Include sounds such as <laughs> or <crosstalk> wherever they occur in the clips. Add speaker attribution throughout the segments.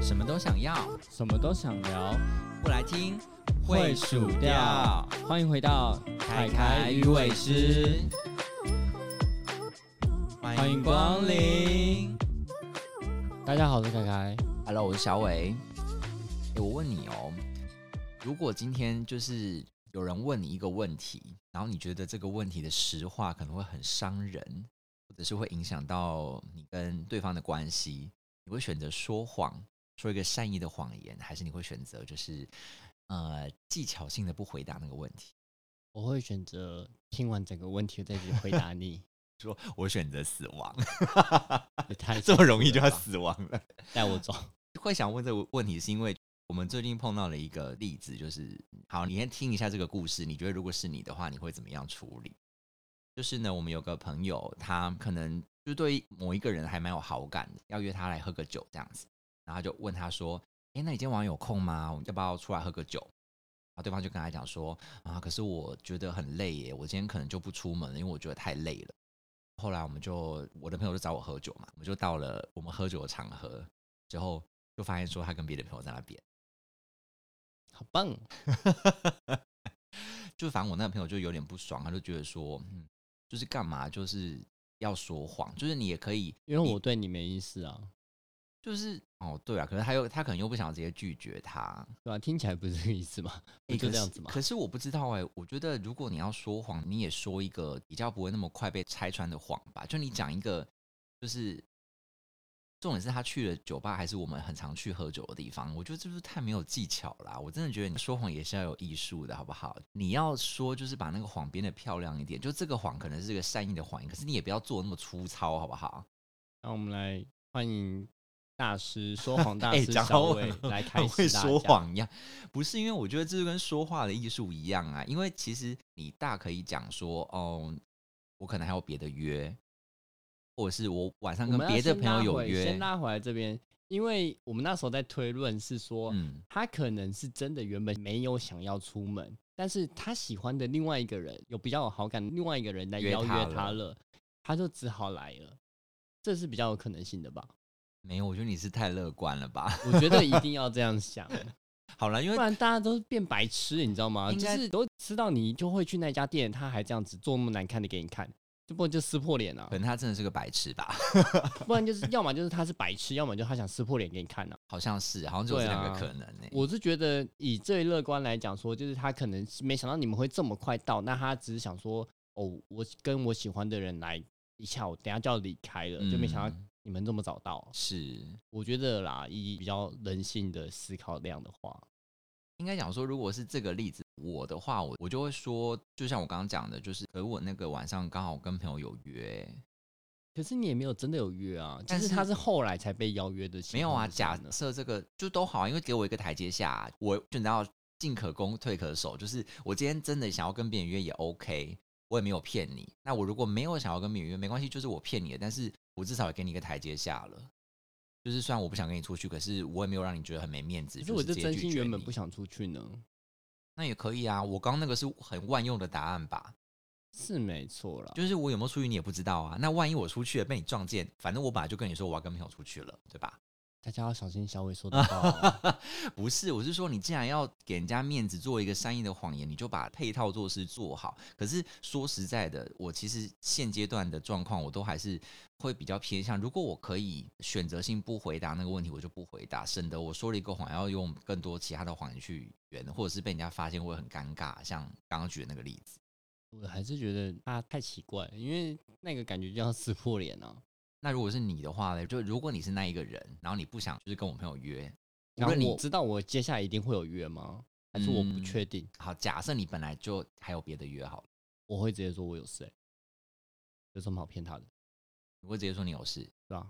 Speaker 1: 什么都想要，
Speaker 2: 什么都想聊，
Speaker 1: 不来听
Speaker 2: 会数掉。欢迎回到
Speaker 1: 凯凯与伟师，
Speaker 2: 欢迎光临。大家好，我是凯凯。
Speaker 1: Hello，我是小伟。诶我问你哦，如果今天就是有人问你一个问题，然后你觉得这个问题的实话可能会很伤人，或者是会影响到你跟对方的关系，你会选择说谎，说一个善意的谎言，还是你会选择就是呃技巧性的不回答那个问题？
Speaker 2: 我会选择听完整个问题再去回
Speaker 1: <laughs>
Speaker 2: 答你，
Speaker 1: 说我选择死亡， <laughs>
Speaker 2: 也太
Speaker 1: 这么容易
Speaker 2: 残
Speaker 1: 就
Speaker 2: 酷了
Speaker 1: 要
Speaker 2: 吧
Speaker 1: 死亡了。
Speaker 2: 带我走。
Speaker 1: 会想问这个问题，是因为我们最近碰到了一个例子，就是好，你先听一下这个故事，你觉得如果是你的话，你会怎么样处理？就是呢，我们有个朋友，他可能就对某一个人还蛮有好感的，要约他来喝个酒这样子，然后他就问他说：“诶，那你今天晚上有空吗？我们要不要出来喝个酒？”然后对方就跟他讲说：“啊，可是我觉得很累耶，我今天可能就不出门了，因为我觉得太累了。”后来我们就我的朋友就找我喝酒嘛，我们就到了我们喝酒的场合，之后就发现说他跟别的朋友在那边，
Speaker 2: 好棒！
Speaker 1: 就反正我那个朋友就有点不爽，他就觉得说，嗯，就是干嘛就是要说谎，就是你也可以，
Speaker 2: 因为我对你没意思啊，
Speaker 1: 就是哦对啊，可是他又他可能又不想直接拒绝他，
Speaker 2: 对吧、听起来不是这个意
Speaker 1: <laughs>
Speaker 2: 思嘛，不
Speaker 1: 欸
Speaker 2: 就
Speaker 1: 可
Speaker 2: 这样
Speaker 1: 是
Speaker 2: 子嘛。
Speaker 1: 可是我不知道哎、我觉得如果你要说谎，你也说一个比较不会那么快被拆穿的谎吧。就你讲一个，就是重点是他去了酒吧，还是我们很常去喝酒的地方。我觉得这就是太没有技巧啦。我真的觉得你说谎也是要有艺术的，好不好？你要说就是把那个谎编的漂亮一点，就这个谎可能是个善意的谎言，可是你也不要做那么粗糙，好不好？
Speaker 2: 那我们来欢迎大师说谎
Speaker 1: <laughs>
Speaker 2: 大
Speaker 1: 哎
Speaker 2: 师
Speaker 1: 讲
Speaker 2: 小
Speaker 1: 好
Speaker 2: 伟
Speaker 1: 很 <laughs>
Speaker 2: 来开
Speaker 1: 很会
Speaker 2: 始大
Speaker 1: 说
Speaker 2: 家。
Speaker 1: 谎一样，不是因为我觉得这就跟说话的艺术一样啊，因为其实你大可以讲说，哦，我可能还有别的约，或者是我晚上
Speaker 2: 我
Speaker 1: 跟
Speaker 2: 们要
Speaker 1: 别的
Speaker 2: 先
Speaker 1: 朋友
Speaker 2: 拉
Speaker 1: 有
Speaker 2: 回
Speaker 1: 约
Speaker 2: 先，拉回来这边，因为我们那时候在推论是说，
Speaker 1: 嗯，
Speaker 2: 他可能是真的原本没有想要出门，但是他喜欢的另外一个人有比较有好感，另外一个人来
Speaker 1: 约
Speaker 2: 邀约
Speaker 1: 他
Speaker 2: 他
Speaker 1: 了
Speaker 2: 了，他就只好来了，这是比较有可能性的吧？
Speaker 1: 没有，我觉得你是太乐观了吧？
Speaker 2: 我觉得一定要这
Speaker 1: <laughs>
Speaker 2: 样想，
Speaker 1: 好了，因
Speaker 2: 不
Speaker 1: 为
Speaker 2: 然大家都变白痴，你知道吗？
Speaker 1: 应
Speaker 2: 就
Speaker 1: 该
Speaker 2: 是都知道你就会去那家店，他还这样子做那么难看的给你看，这不就撕破脸啊
Speaker 1: 可？能他真的是个白痴吧，
Speaker 2: 不然就是要么就是他是白痴，要么就他想撕破脸给你看啊。
Speaker 1: 好像是，好像只有这
Speaker 2: 对
Speaker 1: 两个
Speaker 2: 啊
Speaker 1: 可能欸呢、
Speaker 2: 我是觉得以最乐观来讲说，就是他可能是没想到你们会这么快到，那他只是想说，哦，我跟我喜欢的人来一下，我等一下就要离开了，就没想到
Speaker 1: 嗯
Speaker 2: 你们这么早到。
Speaker 1: 是。
Speaker 2: 我觉得啦，以比较人性的思考量的话，
Speaker 1: 应该讲说，如果是这个例子，我的话，我我就会说，就像我刚刚讲的，就是，可是我那个晚上刚好跟朋友有约，
Speaker 2: 可是你也没有真的有约啊，就
Speaker 1: 但
Speaker 2: 是
Speaker 1: 是
Speaker 2: 他是后来才被邀约的情
Speaker 1: 没有
Speaker 2: 况
Speaker 1: 啊，
Speaker 2: 是
Speaker 1: 假
Speaker 2: 呢
Speaker 1: 设这个就都好，因为给我一个台阶下、啊我选到进可攻退可守，就是我今天真的想要跟别人约也 OK，我也没有骗你。那我如果没有想要跟别人约，没关系，就是我骗你了，但是我至少也给你一个台阶下了。就是虽然我不想跟你出去，可是我也没有让你觉得很没面子。
Speaker 2: 可是我
Speaker 1: 就
Speaker 2: 就是
Speaker 1: 直接
Speaker 2: 真
Speaker 1: 拒
Speaker 2: 心
Speaker 1: 绝
Speaker 2: 原本
Speaker 1: 你
Speaker 2: 不想出去呢，
Speaker 1: 那也可以啊。我刚刚那个是很万用的答案吧？
Speaker 2: 是没错啦。
Speaker 1: 就是我有没有出去你也不知道啊。那万一我出去了被你撞见，反正我本来就跟你说我要跟朋友出去了，对吧？
Speaker 2: 大家要小心小伟说的话
Speaker 1: <laughs>
Speaker 2: 哦
Speaker 1: 不是，我是说，你既然要给人家面子，做一个善意的谎言，你就把配套措施做好。可是说实在的，我其实现阶段的状况，我都还是会比较偏向，如果我可以选择性不回答那个问题，我就不回答，省得我说了一个谎，要用更多其他的谎言去圆，或者是被人家发现会很尴尬。像刚刚举的那个例子，
Speaker 2: 我还是觉得他太奇怪了，因为那个感觉就要撕破脸啊。
Speaker 1: 那如果是你的话呢？就如果你是那一个人，然后你不想就是跟我朋友约，无
Speaker 2: 然后
Speaker 1: 论
Speaker 2: 你
Speaker 1: 你
Speaker 2: 知道我接下来一定会有约吗？还是我不
Speaker 1: 嗯
Speaker 2: 确定？
Speaker 1: 好，假设你本来就还有别的约好了，
Speaker 2: 我会直接说我有事、欸，有什么好骗他的，
Speaker 1: 你会直接说你有事。
Speaker 2: 对吧？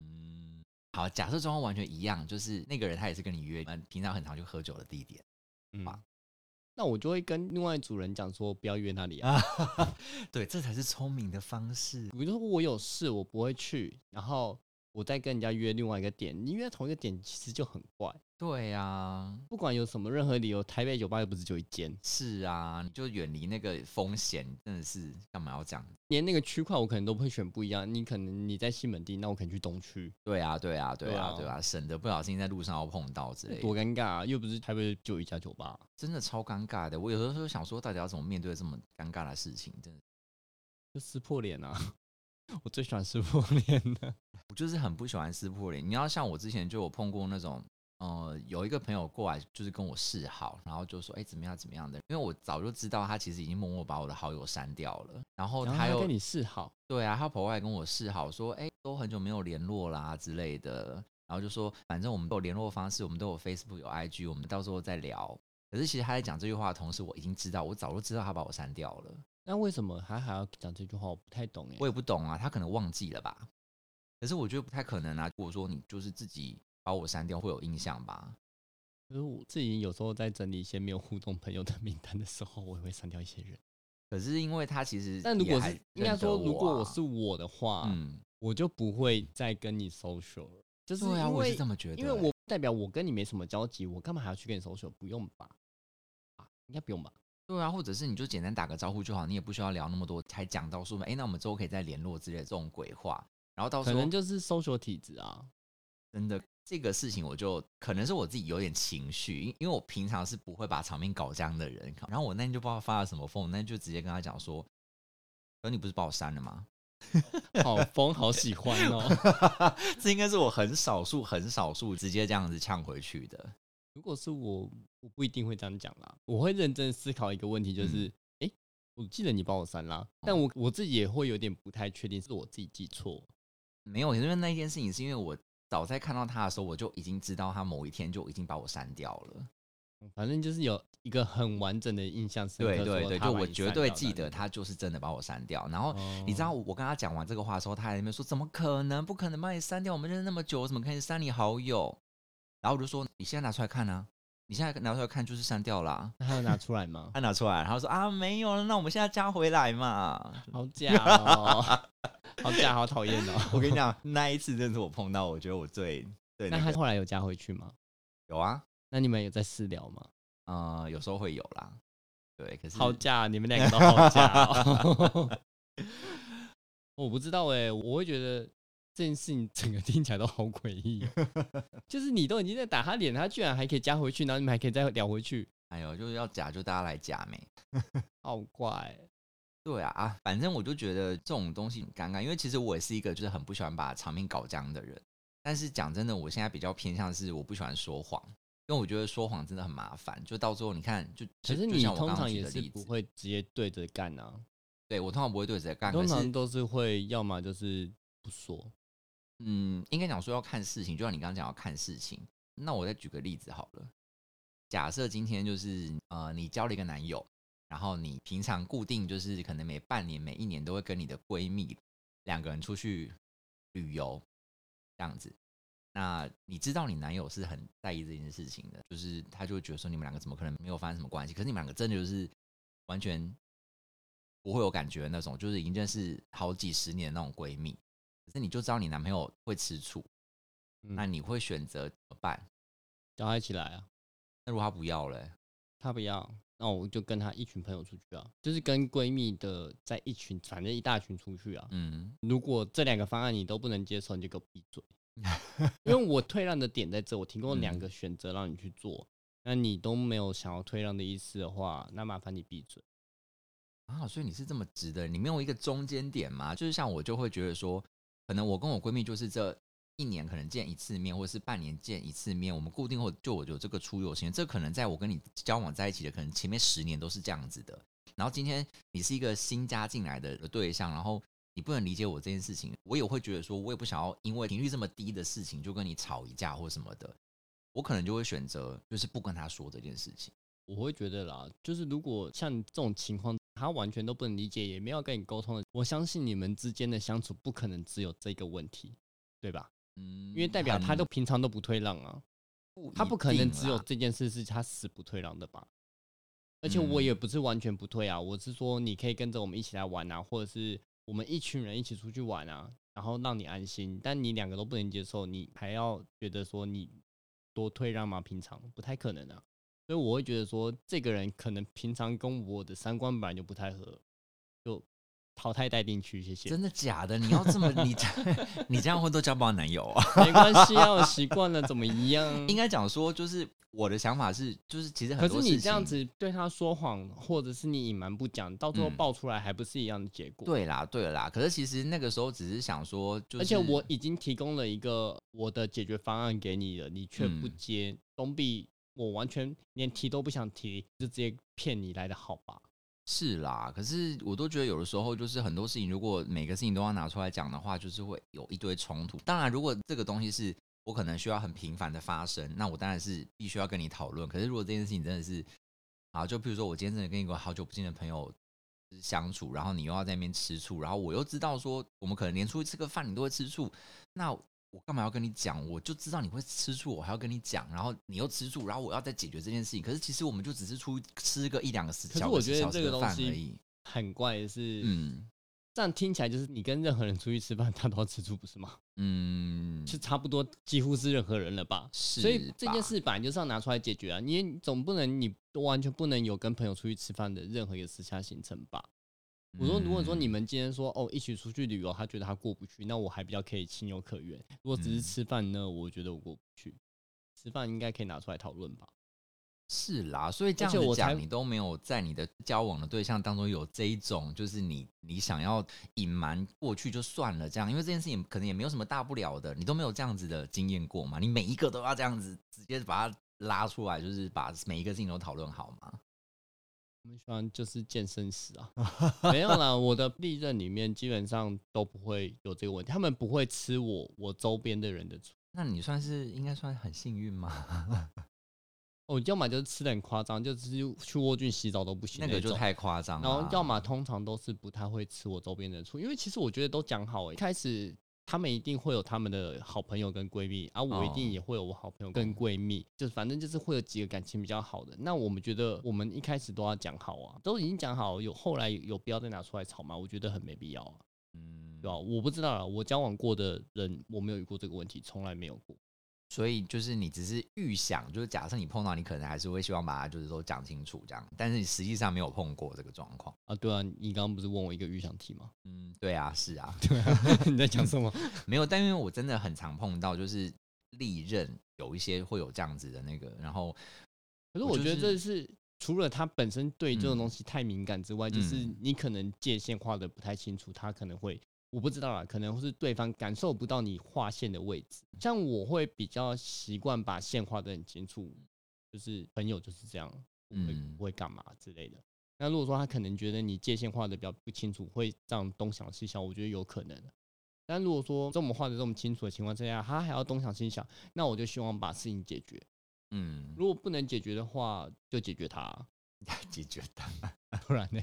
Speaker 1: 嗯，好，假设状况完全一样，就是那个人他也是跟你约，嗯，平常很常去喝酒的地点
Speaker 2: 嗯
Speaker 1: 哇，
Speaker 2: 那我就会跟另外一组人讲说不要约那里啊。
Speaker 1: 啊，对，这才是聪明的方式。
Speaker 2: 我就说我有事，我不会去，然后我再跟人家约另外一个点。你约同一个点其实就很怪，
Speaker 1: 对啊，
Speaker 2: 不管有什么任何理由，台北酒吧又不是就一间，
Speaker 1: 是啊，你就远离那个风险，真的是干嘛要这样？
Speaker 2: 连那个区块我可能都会选不一样。你可能你在西门町，那我可能去东区，
Speaker 1: 对啊，对啊，对
Speaker 2: 对
Speaker 1: 啊
Speaker 2: 啊，
Speaker 1: 对啊，省得不小心在路上要碰到之类的，
Speaker 2: 多尴尬啊！又不是台北就有一家酒吧，
Speaker 1: 真的超尴尬的。我有的时候想说，到底要怎么面对这么尴尬的事情？真的，
Speaker 2: 就撕破脸啊！ <laughs> 我最喜欢撕破脸的，
Speaker 1: 我就是很不喜欢撕破脸。你要像我之前就有碰过那种。呃，有一个朋友过来，就是跟我示好，然后就说：“哎、怎么样，怎么样的？”因为我早就知道他其实已经默默把我的好友删掉了，然后
Speaker 2: 然后
Speaker 1: 哦他又
Speaker 2: 跟你示好，
Speaker 1: 对啊，他跑过来跟我示好说，哎、都很久没有联络啦之类的，然后就说，反正我们都有联络方式，我们都有 Facebook 有 IG，我们到时候再聊。可是其实他在讲这句话的同时，我已经知道，我早就知道他把我删掉了，
Speaker 2: 那为什么还还要讲这句话？我不太懂哎、
Speaker 1: 我也不懂啊，他可能忘记了吧？可是我觉得不太可能啊。如果说你就是自己把我删掉，会有印象吧？
Speaker 2: 可是我自己有时候在整理一些没有互动朋友的名单的时候，我也会删掉一些人。
Speaker 1: 可是因为他其实
Speaker 2: 但如
Speaker 1: 也
Speaker 2: 果
Speaker 1: 还
Speaker 2: 是应该
Speaker 1: 认得
Speaker 2: 说，如果
Speaker 1: 啊
Speaker 2: 我啊是我的话，
Speaker 1: 嗯，
Speaker 2: 我就不会再跟你 social 了。就是因
Speaker 1: 对
Speaker 2: 为、
Speaker 1: 啊，我也是这么觉得欸，
Speaker 2: 因为我代表我跟你没什么交集，我干嘛还要去跟你 social？不用吧？啊，应该不用吧？
Speaker 1: 对啊，或者是你就简单打个招呼就好，你也不需要聊那么多，才讲到说，哎、那我们之后可以再联络之类的这种鬼话。然后到时
Speaker 2: 可
Speaker 1: 候
Speaker 2: 能就是 social 体质啊。
Speaker 1: 真的这个事情，我就可能是我自己有点情绪，因因为我平常是不会把场面搞僵的人。然后我那天就不知道发了什么疯，我那天就直接跟他讲说：“可你不是把我删了吗？”
Speaker 2: 好疯，好喜欢哦！
Speaker 1: 这应该是我很少数、很少数直接这样子呛回去的。
Speaker 2: 如果是我，我不一定会这样讲啦。我会认真思考一个问题，
Speaker 1: 嗯
Speaker 2: 就是，诶，我记得你帮我删
Speaker 1: 哦
Speaker 2: 啦，但我我自己也会有点不太确定，是我自己记错。
Speaker 1: 没有，因为那件事情是因为我早在看到他的时候，我就已经知道他某一天就已经把我删掉了。
Speaker 2: 嗯反正就是有一个很完整的印象深刻
Speaker 1: 对
Speaker 2: 说他把
Speaker 1: 对
Speaker 2: 你删掉的。
Speaker 1: 对，就我绝对记得他就是真的把我删掉。然后
Speaker 2: 哦
Speaker 1: 你知道我跟他讲完这个话的时候，他还在那边说怎么可能，不可能把你删掉，我们认识那么久，怎么可以删你好友？然后我就说你现在拿出来看啊，你现在拿出来看就是删掉啦、
Speaker 2: 那他有拿出来
Speaker 1: <laughs>
Speaker 2: 吗？
Speaker 1: 他拿出来，然后说啊没有了，那我们现在加回来嘛。
Speaker 2: 好假
Speaker 1: <laughs>
Speaker 2: 哦，好假，好讨厌哦。
Speaker 1: 我跟你讲，那一次真的是我碰到，我觉得我最对
Speaker 2: 那
Speaker 1: 那
Speaker 2: 他
Speaker 1: 个
Speaker 2: 后来有加回去吗？
Speaker 1: 有啊，
Speaker 2: 那你们有在私聊吗？
Speaker 1: 呃，有时候会有啦，对，可是
Speaker 2: 好假，你们两个都好假、哦。
Speaker 1: <laughs>
Speaker 2: 我不知道哎、我会觉得这件事情整个听起来都好诡异哦，
Speaker 1: <laughs>
Speaker 2: 就是你都已经在打他脸，他居然还可以加回去，然后你们还可以再聊回去，
Speaker 1: 哎呦，就是要假就大家来假没。
Speaker 2: 好怪、欸
Speaker 1: 对啊，啊，反正我就觉得这种东西很尴尬，因为其实我也是一个就是很不喜欢把场面搞僵的人。但是讲真的，我现在比较偏向是我不喜欢说谎，因为我觉得说谎真的很麻烦。就到最后你看，就
Speaker 2: 可是
Speaker 1: 就
Speaker 2: 你
Speaker 1: 像我刚刚
Speaker 2: 通常
Speaker 1: 举
Speaker 2: 也
Speaker 1: 的
Speaker 2: 是
Speaker 1: 例
Speaker 2: 不
Speaker 1: 子，
Speaker 2: 会直接对着干啊，
Speaker 1: 对我通常不会对着干，可
Speaker 2: 通
Speaker 1: 是
Speaker 2: 常都是会要么就是不说，
Speaker 1: 嗯，应该讲说要看事情，就像你刚刚讲要看事情。那我再举个例子好了，假设今天就是呃，你交了一个男友，然后你平常固定就是可能每半年、每一年都会跟你的闺蜜两个人出去旅游这样子。那你知道你男友是很在意这件事情的，就是他就会觉得说你们两个怎么可能没有发生什么关系？可是你们两个真的就是完全不会有感觉的那种，就是已经认识好几十年的那种闺蜜。可是你就知道你男朋友会吃醋，
Speaker 2: 嗯
Speaker 1: 那你会选择怎么办？
Speaker 2: 叫他一起来啊，
Speaker 1: 那如果他不要嘞、
Speaker 2: 他不要，那我就跟他一群朋友出去啊，就是跟闺蜜的在一群，反正一大群出去啊，
Speaker 1: 嗯，
Speaker 2: 如果这两个方案你都不能接受，你就给我闭
Speaker 1: <laughs>
Speaker 2: 嘴。因为我退让的点在这，我提供两
Speaker 1: 嗯
Speaker 2: 个选择让你去做，那你都没有想要退让的意思的话，那麻烦你闭嘴。
Speaker 1: 啊，所以你是这么直的，你没有一个中间点吗？就是像我就会觉得说，可能我跟我闺蜜就是这一年可能见一次面，或者是半年见一次面，我们固定或就我有这个出游时间，这可能在我跟你交往在一起的，可能前面十年都是这样子的。然后今天你是一个新加进来的呃对象，然后你不能理解我这件事情，我也会觉得说，我也不想要因为频率这么低的事情就跟你吵一架或什么的，我可能就会选择就是不跟他说这件事情。
Speaker 2: 我会觉得啦，就是如果像这种情况，他完全都不能理解，也没有跟你沟通的，我相信你们之间的相处不可能只有这个问题，对吧？
Speaker 1: 嗯，
Speaker 2: 因为代表他
Speaker 1: 很
Speaker 2: 都平常都不退让啊，
Speaker 1: 不
Speaker 2: 他
Speaker 1: 一
Speaker 2: 不可能
Speaker 1: 定
Speaker 2: 只有
Speaker 1: 啦
Speaker 2: 这件事是他死不退让的吧？而且我
Speaker 1: 嗯
Speaker 2: 也不是完全不退啊，我是说你可以跟着我们一起来玩啊，或者是我们一群人一起出去玩啊，然后让你安心。但你两个都不能接受，你还要觉得说你说退让吗？平常不太可能啊，所以我会觉得说，这个人可能平常跟我的三观本来就不太合，就淘汰待定区，谢谢。
Speaker 1: 真的假的？你要这么你这 <laughs> 你这样会都交不到男友啊？
Speaker 2: 没关系啊，我习惯了，怎么一样？
Speaker 1: <laughs> 应该讲说，就是我的想法是，就是其实很
Speaker 2: 可
Speaker 1: 多
Speaker 2: 是
Speaker 1: 事情
Speaker 2: 你这样子对他说谎，或者是你隐瞒不讲，到最后
Speaker 1: 嗯
Speaker 2: 爆出来还不是一样的结果？
Speaker 1: 对啦，对啦。可是其实那个时候只是想说，就是
Speaker 2: 而且我已经提供了一个我的解决方案给你了，你却不
Speaker 1: 嗯
Speaker 2: 接，总比我完全连提都不想提，就直接骗你来的好吧？
Speaker 1: 是啦，可是我都觉得有的时候就是很多事情，如果每个事情都要拿出来讲的话，就是会有一堆冲突。当然，如果这个东西是我可能需要很频繁的发生，那我当然是必须要跟你讨论。可是如果这件事情真的是，啊，就比如说我今天真的跟一个好久不见的朋友相处，然后你又要在那边吃醋，然后我又知道说我们可能连出去吃个饭你都会吃醋，那我干嘛要跟你讲？我就知道你会吃醋，我还要跟你讲，然后你又吃醋，然后我要再解决这件事情。可是其实我们就只是出去吃个一两个时
Speaker 2: 可是
Speaker 1: 小
Speaker 2: 我
Speaker 1: 个
Speaker 2: 觉
Speaker 1: 时
Speaker 2: 得
Speaker 1: 小
Speaker 2: 这
Speaker 1: 时的
Speaker 2: 个东
Speaker 1: 饭而
Speaker 2: 西
Speaker 1: 已。
Speaker 2: 很怪的是，
Speaker 1: 嗯
Speaker 2: 这样听起来就是你跟任何人出去吃饭，他都要吃醋，不是吗？
Speaker 1: 嗯，
Speaker 2: 是差不多，几乎是任何人了吧？
Speaker 1: 是
Speaker 2: 所以这件
Speaker 1: 吧
Speaker 2: 事本来就是要拿出来解决啊！你也总不能你完全不能有跟朋友出去吃饭的任何一个私下行程吧？我说，如果说你
Speaker 1: 嗯
Speaker 2: 们今天说哦一起出去旅游，他觉得他过不去，那我还比较可以情有可原。如果只是
Speaker 1: 嗯
Speaker 2: 吃饭呢，我觉得我过不去。吃饭应该可以拿出来讨论吧？
Speaker 1: 是啦，所以这样
Speaker 2: 而且
Speaker 1: 子
Speaker 2: 我才
Speaker 1: 讲，你都没有在你的交往的对象当中有这一种，就是你你想要隐瞒过去就算了，这样，因为这件事情可能也没有什么大不了的，你都没有这样子的经验过嘛？你每一个都要这样子直接把它拉出来，就是把每一个事情都讨论好嘛？
Speaker 2: 我们喜欢就是健身时
Speaker 1: <laughs>
Speaker 2: 啊，没有啦。我的历任里面基本上都不会有这个问题，他们不会吃我我周边的人的醋。
Speaker 1: 那你算是应该算很幸运
Speaker 2: <laughs>
Speaker 1: 吗？
Speaker 2: 哦，要么就是吃的很夸张，就是去蜗菌洗澡都不行
Speaker 1: 那个就
Speaker 2: 种
Speaker 1: 太夸张了
Speaker 2: 然
Speaker 1: 啊。
Speaker 2: 后要么通常都是不太会吃我周边的醋，因为其实我觉得都讲好、欸，一开始他们一定会有他们的好朋友跟闺蜜，而、啊、我一定
Speaker 1: 哦
Speaker 2: 也会有我好朋友跟闺蜜，就是反正就是会有几个感情比较好的。那我们觉得我们一开始都要讲好啊，都已经讲好，有后来有必要再拿出来吵吗？我觉得很没必要啊，
Speaker 1: 嗯
Speaker 2: 对吧、我不知道啊，我交往过的人我没有遇过这个问题，从来没有过。
Speaker 1: 所以就是你只是预想，就是假设你碰到，你可能还是会希望把它就是都讲清楚这样，但是你实际上没有碰过这个状况。
Speaker 2: 啊，对啊，你刚刚不是问我一个预想题吗？ <laughs>
Speaker 1: 嗯，对啊，是啊， <laughs>
Speaker 2: 你在讲什么？
Speaker 1: 没有，但因为我真的很常碰到，就是历任有一些会有这样子的那个，然后
Speaker 2: 可是
Speaker 1: 我
Speaker 2: 我
Speaker 1: 就
Speaker 2: 觉
Speaker 1: 是
Speaker 2: 得这是除了他本身对这种
Speaker 1: 嗯
Speaker 2: 东西太敏感之外，就是
Speaker 1: 嗯
Speaker 2: 你可能界限画的不太清楚，他可能会我不知道啦，可能是对方感受不到你划线的位置。像我会比较习惯把线画的很清楚，就是朋友就是这样，我会
Speaker 1: 嗯
Speaker 2: 不会干嘛之类的。那如果说他可能觉得你界限画的比较不清楚，会让东想西想，我觉得有可能。但如果说这么画的这么清楚的情况之下，他还要东想西想，那我就希望把事情解决。
Speaker 1: 嗯，
Speaker 2: 如果不能解决的话，就解决它、
Speaker 1: 解决的
Speaker 2: <laughs> 不然呢？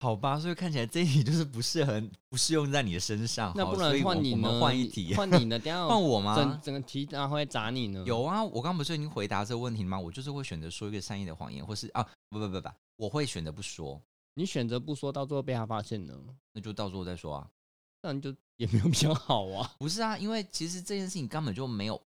Speaker 1: 好吧，所以看起来这一题就是不适合，不适用在你的身上。
Speaker 2: <laughs> 那
Speaker 1: 好
Speaker 2: 不
Speaker 1: 所
Speaker 2: 然
Speaker 1: 以我
Speaker 2: 换你
Speaker 1: 我
Speaker 2: 呢？
Speaker 1: 们换一题，
Speaker 2: 换你呢？等一下
Speaker 1: <laughs> 换我
Speaker 2: 整
Speaker 1: 吗？
Speaker 2: 整个题然后会砸你呢？
Speaker 1: 有啊，我刚不是已经回答这个问题吗？我就是会选择说一个善意的谎言，或是啊，不不不不，我会选择不说，
Speaker 2: 你选择不说，到最后被他发现呢，
Speaker 1: 那就到时候再说啊。
Speaker 2: 那你就也没有比较
Speaker 1: <laughs>
Speaker 2: 好啊。
Speaker 1: 不是啊，因为其实这件事情根本就没有，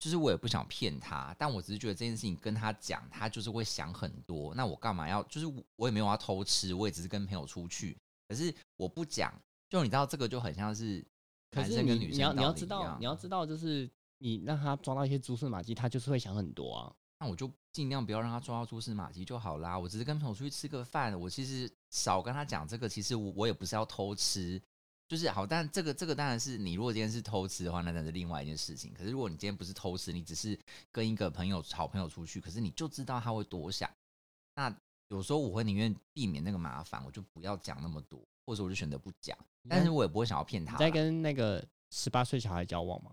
Speaker 1: 就是我也不想骗他，但我只是觉得这件事情跟他讲，他就是会想很多。那我干嘛要？就是我我也没有要偷吃，我也只是跟朋友出去，可是我不讲，就你知道这个就很像是
Speaker 2: 可
Speaker 1: 男
Speaker 2: 是
Speaker 1: 生
Speaker 2: 你
Speaker 1: 跟女
Speaker 2: 你
Speaker 1: 生
Speaker 2: 要你要
Speaker 1: 道理
Speaker 2: 知
Speaker 1: 一
Speaker 2: 道
Speaker 1: 样啊
Speaker 2: 你要知道，就是你让他抓到一些蛛丝马迹，他就是会想很多啊。
Speaker 1: 那我就尽量不要让他抓到蛛丝马迹就好啦。我只是跟朋友出去吃个饭，我其实少跟他讲这个，其实我我也不是要偷吃，就是好。但这个这个当然是你如果今天是偷吃的话，那那是另外一件事情。可是如果你今天不是偷吃，你只是跟一个朋友好朋友出去，可是你就知道他会多想。那有时候我会宁愿避免那个麻烦，我就不要讲那么多，或者我就选择不讲。但是
Speaker 2: 你
Speaker 1: 我也不会想要骗他
Speaker 2: 在
Speaker 1: 啦。
Speaker 2: 你在跟那个十八岁小孩交往吗？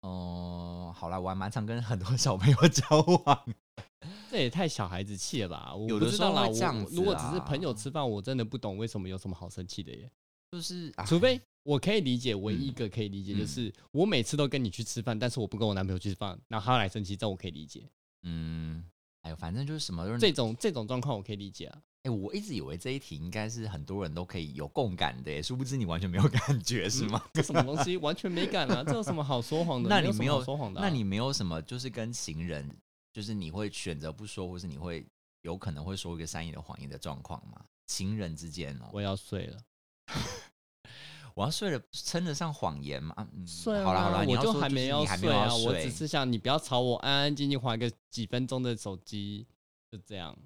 Speaker 1: 哦、好啦，我还蛮常跟很多小朋友 <laughs> 交往。
Speaker 2: 这也太小孩子气了吧！我
Speaker 1: 有
Speaker 2: 不
Speaker 1: 的
Speaker 2: 知
Speaker 1: 时候
Speaker 2: 道啦，
Speaker 1: 会这样
Speaker 2: 我
Speaker 1: 子啊
Speaker 2: 如果只是
Speaker 1: 啦
Speaker 2: 朋友吃饭，我真的不懂为什么有什么好生气的耶。
Speaker 1: 就是啊，
Speaker 2: 除非我可以理解，唯
Speaker 1: 嗯
Speaker 2: 一一个可以理解
Speaker 1: 嗯
Speaker 2: 就是我每次都跟你去吃饭，但是我不跟我男朋友去吃饭，然后他来生气，这我可以理解。
Speaker 1: 嗯，哎呦，反正就是什么都是
Speaker 2: 这种这种状况我可以理解啊。
Speaker 1: 哎、我一直以为这一题应该是很多人都可以有共感的耶，殊不知你完全没有感觉， <laughs> 是吗？
Speaker 2: 这什么东西完全没
Speaker 1: <laughs>
Speaker 2: 感啊！这有什么好说谎的？
Speaker 1: 那
Speaker 2: 没有
Speaker 1: 你
Speaker 2: 什
Speaker 1: 没
Speaker 2: 么好
Speaker 1: 有
Speaker 2: 说谎的啊、
Speaker 1: 那你没有什么就是跟情人，就是你会选择不说，或是你会有可能会说一个善意的谎言的状况吗？情人之间哦，
Speaker 2: 我要睡了，
Speaker 1: 我要睡了，称得上谎言吗？啊嗯，
Speaker 2: 睡了
Speaker 1: 好啦
Speaker 2: 吗
Speaker 1: 好啦，你
Speaker 2: 我
Speaker 1: 要
Speaker 2: 就
Speaker 1: 说
Speaker 2: 还
Speaker 1: 是
Speaker 2: 没
Speaker 1: 你还没
Speaker 2: 睡
Speaker 1: 有
Speaker 2: 啊，
Speaker 1: 要
Speaker 2: 我
Speaker 1: 睡
Speaker 2: 只是想你不要吵我，安安静静划个几分钟的手机，就这样。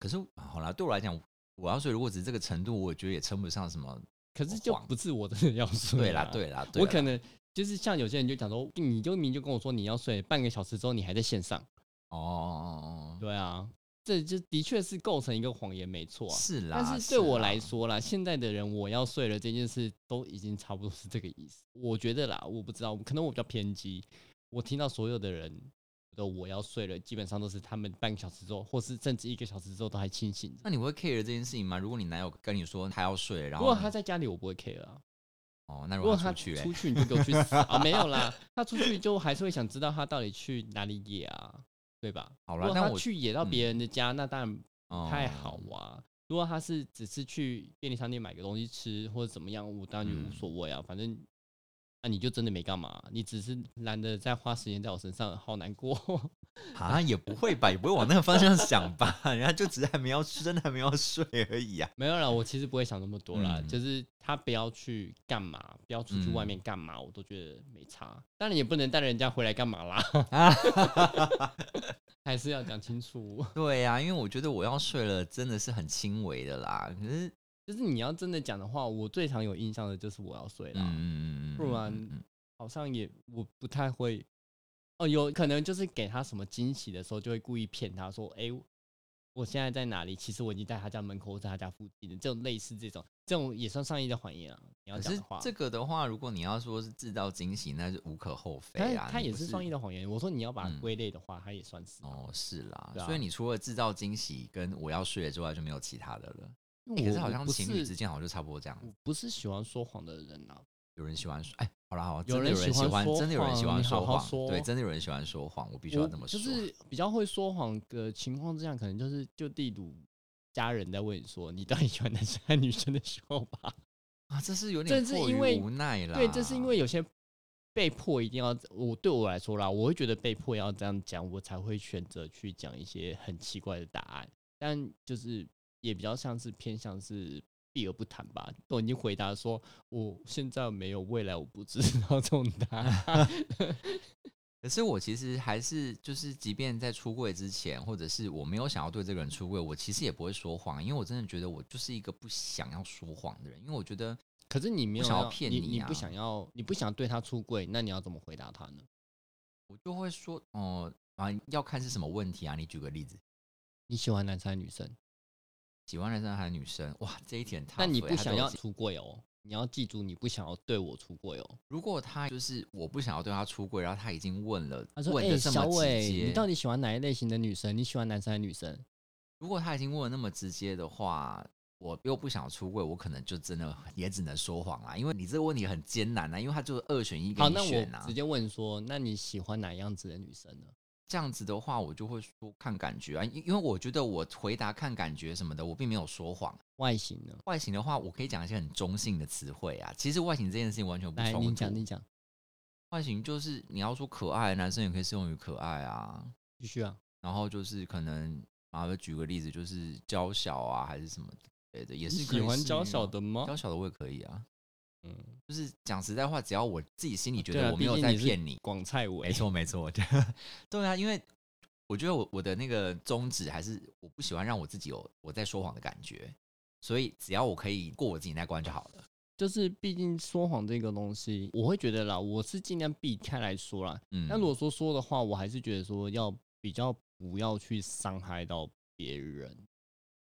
Speaker 1: 可是啊好啦，对我来讲，我要睡，如果只是这个程度，我觉得也称不上什
Speaker 2: <laughs>
Speaker 1: 么。
Speaker 2: 可是就
Speaker 1: 谎
Speaker 2: 不是我真的要睡、
Speaker 1: 哦
Speaker 2: 啊
Speaker 1: 对啦，对啦，对
Speaker 2: 我
Speaker 1: 啦
Speaker 2: 可能就是像有些人就讲说，你就明明就跟我说你要睡半个小时之后，你还在线上。
Speaker 1: 哦哦哦
Speaker 2: 对啊，这就的确是构成一个谎言，没错、
Speaker 1: 哦，
Speaker 2: 啊。
Speaker 1: 是啦。
Speaker 2: 但是对我
Speaker 1: 啦
Speaker 2: 来，说啦，现在的人我要睡了这件事都已经差不多是这个意思。我觉得啦，我不知道，可能我比较偏激。我听到所有的人的我要睡了，基本上都是他们半个小时之后，或是甚至一个小时之后都还清醒着。
Speaker 1: 那你会 care 这件事情吗？如果你男友跟你说他要睡了，然
Speaker 2: 如
Speaker 1: 后
Speaker 2: 果
Speaker 1: 你
Speaker 2: 他在家里，我不会 care 啊。
Speaker 1: 哦，那
Speaker 2: 如
Speaker 1: 如
Speaker 2: 果
Speaker 1: 果
Speaker 2: 他
Speaker 1: 出去、欸，
Speaker 2: 出去，你就给我去死
Speaker 1: <laughs>
Speaker 2: 啊！没有啦，他出去就还是会想知道他到底去哪里野啊，对吧？
Speaker 1: 好
Speaker 2: 如
Speaker 1: 啦
Speaker 2: 果，
Speaker 1: 但
Speaker 2: 他
Speaker 1: 我
Speaker 2: 去野到
Speaker 1: 嗯
Speaker 2: 别人的家，那当然
Speaker 1: 哦
Speaker 2: 太好啊。如果他是只是去便利商店买个东西吃或者怎么样，我当然就无
Speaker 1: 嗯
Speaker 2: 所谓啊，反正那、你就真的没干嘛，你只是懒得再花时间在我身上，好难过。 <laughs>
Speaker 1: 啊，也不会吧，也不会往那个方向想吧， <laughs> 人家就只是还没要睡，真的还没要睡而已啊。
Speaker 2: 没
Speaker 1: <laughs>
Speaker 2: 有啦，我其实不会想那么多啦，
Speaker 1: 嗯
Speaker 2: 就是他不要去干嘛，不要出去外面干嘛，我都觉得没差。当然也不能带人家回来干
Speaker 1: <laughs>
Speaker 2: 嘛啦，还是要讲清楚，
Speaker 1: 对呀、因为我觉得我要睡了，真的是很轻微的啦。可是，
Speaker 2: 就是你要真的讲的话，我最常有印象的就是我要睡啦。
Speaker 1: 嗯，
Speaker 2: 啊不然
Speaker 1: 嗯嗯
Speaker 2: 好像也我不太会，哦，有可能就是给他什么惊喜的时候，就会故意骗他说，哎、我现在在哪里？其实我已经在他家门口，或在他家附近的，这种类似这种，这种也算善意的谎言啊。你要
Speaker 1: 可
Speaker 2: 讲
Speaker 1: 是
Speaker 2: 的话，
Speaker 1: 这个的话，如果你要说是制造惊喜，那是无可厚非
Speaker 2: 但是
Speaker 1: 啊。
Speaker 2: 他
Speaker 1: 你
Speaker 2: 也
Speaker 1: 不
Speaker 2: 是
Speaker 1: 是
Speaker 2: 善意的谎言。我说你要把它
Speaker 1: 嗯
Speaker 2: 归类的话，他也算是啊。
Speaker 1: 哦，是啦。
Speaker 2: 对啊
Speaker 1: 所以你除了制造惊喜跟我要睡了之外，就没有其他的了。
Speaker 2: 因为
Speaker 1: 欸
Speaker 2: 我
Speaker 1: 可是好
Speaker 2: 我
Speaker 1: 像
Speaker 2: 不
Speaker 1: 情侣之
Speaker 2: 是
Speaker 1: 间好像就差不多这样。
Speaker 2: 我不是喜欢说谎的人啊。
Speaker 1: 有人喜欢说，哎，好了好了，真的
Speaker 2: 人
Speaker 1: 有人
Speaker 2: 喜
Speaker 1: 喜
Speaker 2: 欢
Speaker 1: 欢，
Speaker 2: 说
Speaker 1: 真的有人喜
Speaker 2: 谎
Speaker 1: 欢
Speaker 2: 你好
Speaker 1: 说
Speaker 2: 好
Speaker 1: 谎，
Speaker 2: 说哦
Speaker 1: 对，真的有人喜欢说谎，我必须要
Speaker 2: 我
Speaker 1: 这么
Speaker 2: 就
Speaker 1: 说。
Speaker 2: 是比较会说谎的情况之下，可能就是就例如家人在问你说，你到底喜欢男生还是女生的时候吧。
Speaker 1: 啊，这是有
Speaker 2: 这
Speaker 1: 点
Speaker 2: 是
Speaker 1: 迫
Speaker 2: 因
Speaker 1: 于
Speaker 2: 为
Speaker 1: 无奈啦。
Speaker 2: 对，这是因为有些被迫一定要，我对我来说啦，我会觉得被迫要这样讲，我才会选择去讲一些很奇怪的答案。但就是也比较像是偏向是避而不谈吧，都已经回答说我现在没有未来，我不知道这种答案。
Speaker 1: 可是我其实还是就是，即便在出柜之前，或者是我没有想要对这个人出柜，我其实也不会说谎，因为我真的觉得我就是一个不想要说谎的人，因为我觉得
Speaker 2: <laughs> 可是你没有
Speaker 1: 我想要
Speaker 2: 要
Speaker 1: 骗
Speaker 2: 你，
Speaker 1: 你
Speaker 2: 你
Speaker 1: 啊
Speaker 2: 不想要，你不想对他出柜，那你要怎么回答他呢？
Speaker 1: 我就会说，哦、啊，要看是什么问题啊。你举个例子，
Speaker 2: 你喜欢男生还是女生？
Speaker 1: 喜欢男生还是女生？哇，这一点太、
Speaker 2: 但你不
Speaker 1: 他
Speaker 2: 想
Speaker 1: 都
Speaker 2: 要
Speaker 1: 已经
Speaker 2: 出柜哦，你要记住，你不想要对我出柜哦。
Speaker 1: 如果他就是我不想要对他出柜，然后他已经问了，
Speaker 2: 他说：“
Speaker 1: 问
Speaker 2: 哎、
Speaker 1: 的这
Speaker 2: 小
Speaker 1: 么直
Speaker 2: 伟，
Speaker 1: 接，
Speaker 2: 你到底喜欢哪一类型的女生？你喜欢男生还是女生
Speaker 1: 如果他已经问的那么直接的话，我又不想出柜，我可能就真的也只能说谎啦。因为你这个问题很艰难啊呐、因为他就是二选一？”给
Speaker 2: 好，
Speaker 1: 你
Speaker 2: 那
Speaker 1: 选啊呐、
Speaker 2: 我直接问说，那你喜欢哪样子的女生呢？
Speaker 1: 这样子的话，我就会说看感觉啊，因因为我觉得我回答看感觉什么的，我并没有说谎。
Speaker 2: 外形呢？
Speaker 1: 外形的话，我可以讲一些很中性的词汇啊。其实外形这件事情完全不
Speaker 2: 来，你
Speaker 1: 冲突
Speaker 2: 讲，。你讲，
Speaker 1: 外形就是你要说可爱，男生也可以适用于可爱啊。
Speaker 2: 继续啊。
Speaker 1: 然后就是可能啊，举个例子，就是娇小啊，还是什么之类的，也
Speaker 2: 你
Speaker 1: 是可
Speaker 2: 喜
Speaker 1: 以
Speaker 2: 欢
Speaker 1: 适
Speaker 2: 娇
Speaker 1: 用
Speaker 2: 小
Speaker 1: 啊
Speaker 2: 的吗
Speaker 1: 娇？小的我也可以啊。
Speaker 2: 嗯，
Speaker 1: 就是讲实在话，只要我自己心里觉
Speaker 2: 对
Speaker 1: 得
Speaker 2: 啊
Speaker 1: 我
Speaker 2: 毕
Speaker 1: 没有
Speaker 2: 竟
Speaker 1: 在
Speaker 2: 你是
Speaker 1: 骗你，
Speaker 2: 广蔡伟
Speaker 1: 没，错没错， <laughs> 对啊，因为我觉得我我的那个宗旨还是我不喜欢让我自己有我在说谎的感觉，所以只要我可以过我自己那关就好了。
Speaker 2: 就是毕竟说谎这个东西，我会觉得啦，我是尽量避开来说啦。
Speaker 1: 嗯，
Speaker 2: 但如果说说的话，我还是觉得说要比较不要去伤害到别人，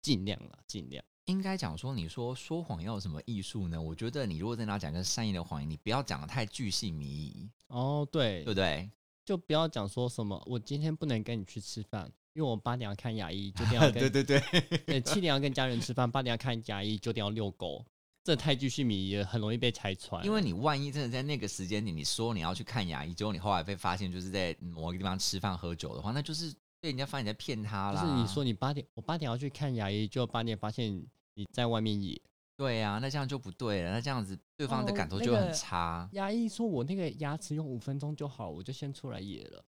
Speaker 2: 尽量啦，尽量。
Speaker 1: 应该讲说，你说说谎要有什么艺术呢？我觉得你如果在那讲一个善意的谎言，你不要讲的太巨细靡遗，
Speaker 2: 哦，对
Speaker 1: 对不对？
Speaker 2: 就不要讲说什么我今天不能跟你去吃饭，因为我八点要看牙医，九
Speaker 1: <laughs>
Speaker 2: 点要跟
Speaker 1: 对对，
Speaker 2: 对七点要跟家人吃饭，八点要看牙医，九点要遛狗，这太具细靡遗了，很容易被拆穿。
Speaker 1: 因为你万一真的在那个时间点，你说你要去看牙医，结果你后来被发现就是在某个地方吃饭喝酒的话，那就是被人家发现你在骗他
Speaker 2: 就
Speaker 1: 啦。
Speaker 2: 是你说你八点，我八点要去看牙医，就八点发现你在外面野。
Speaker 1: 对呀、那这样就不对了，那这样子对方的
Speaker 2: 哦
Speaker 1: 感受
Speaker 2: 那
Speaker 1: 就会
Speaker 2: 个
Speaker 1: 很差。
Speaker 2: 牙医说我那个牙齿用五分钟就好，我就先出来野了。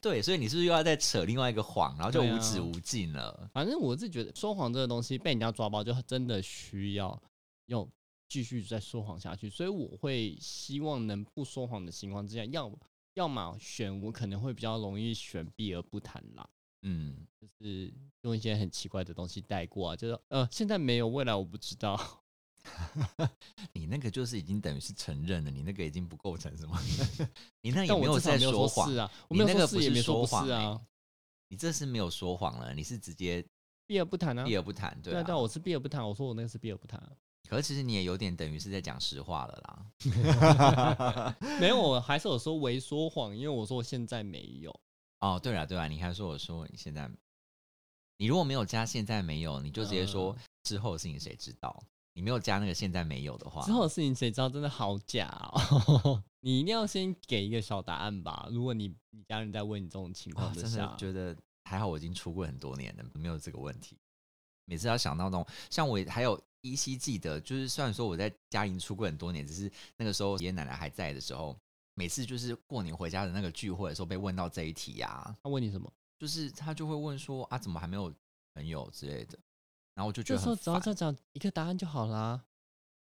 Speaker 1: 对，所以你是不是又要再扯另外一个谎，然后就
Speaker 2: 对啊
Speaker 1: 无止无尽了？
Speaker 2: 反正我是觉得说谎这个东西被人家抓包，就真的需要要继续再说谎下去。所以我会希望能不说谎的情况之下，要要么选我可能会比较容易选避而不谈啦，
Speaker 1: 嗯，
Speaker 2: 就是用一些很奇怪的东西带过啊，就是呃现在没有，未来我不
Speaker 1: <laughs>
Speaker 2: 知道。
Speaker 1: 你那个就是已经等于是承认了，你那个已经不构成什么，你那也
Speaker 2: 但
Speaker 1: 没
Speaker 2: 我
Speaker 1: 有
Speaker 2: 至少
Speaker 1: 在
Speaker 2: 没有
Speaker 1: 说
Speaker 2: 说
Speaker 1: 谎
Speaker 2: 是，啊，我
Speaker 1: 你
Speaker 2: 没有
Speaker 1: 那个
Speaker 2: 说
Speaker 1: 不
Speaker 2: 是也没
Speaker 1: 是
Speaker 2: 说
Speaker 1: 说
Speaker 2: 不是
Speaker 1: 谎欸
Speaker 2: 啊，
Speaker 1: 你这是没有说谎了，你是直接
Speaker 2: 避而不谈啊。
Speaker 1: 避而不谈，对
Speaker 2: 对啊，对
Speaker 1: 啊。
Speaker 2: 啊，我是避而不谈。我说我那个是避而不谈啊，
Speaker 1: 可是其实你也有点等于是在讲实话了啦。 <laughs>
Speaker 2: 没有，我还是有说为说谎，因为我说我现在没有。
Speaker 1: 哦，对了对了，你还说我说你现在，你如果没有加现在没有，你就直接
Speaker 2: 嗯
Speaker 1: 说之后的事情谁知道？你没有加那个现在没有的话，
Speaker 2: 之后的事情谁知道？真的好假哦！ <laughs> 你一定要先给一个小答案吧。如果你你家人在问你这种情
Speaker 1: 啊
Speaker 2: 况，
Speaker 1: 真
Speaker 2: 下
Speaker 1: 的，觉得还好，我已经出柜很多年了，没有这个问题。每次要想到那种，像我也还有依稀记得，就是虽然说我在家已经出柜很多年，只是那个时候爷爷奶奶还在的时候，每次就是过年回家的那个聚会的时候被问到这一题啊，
Speaker 2: 他问你什么？
Speaker 1: 就是他就会问说啊，怎么还没有朋友之类的，然后我就觉
Speaker 2: 这
Speaker 1: 得
Speaker 2: 时候
Speaker 1: 很
Speaker 2: 只要
Speaker 1: 烦，
Speaker 2: 再讲一个答案就好啦。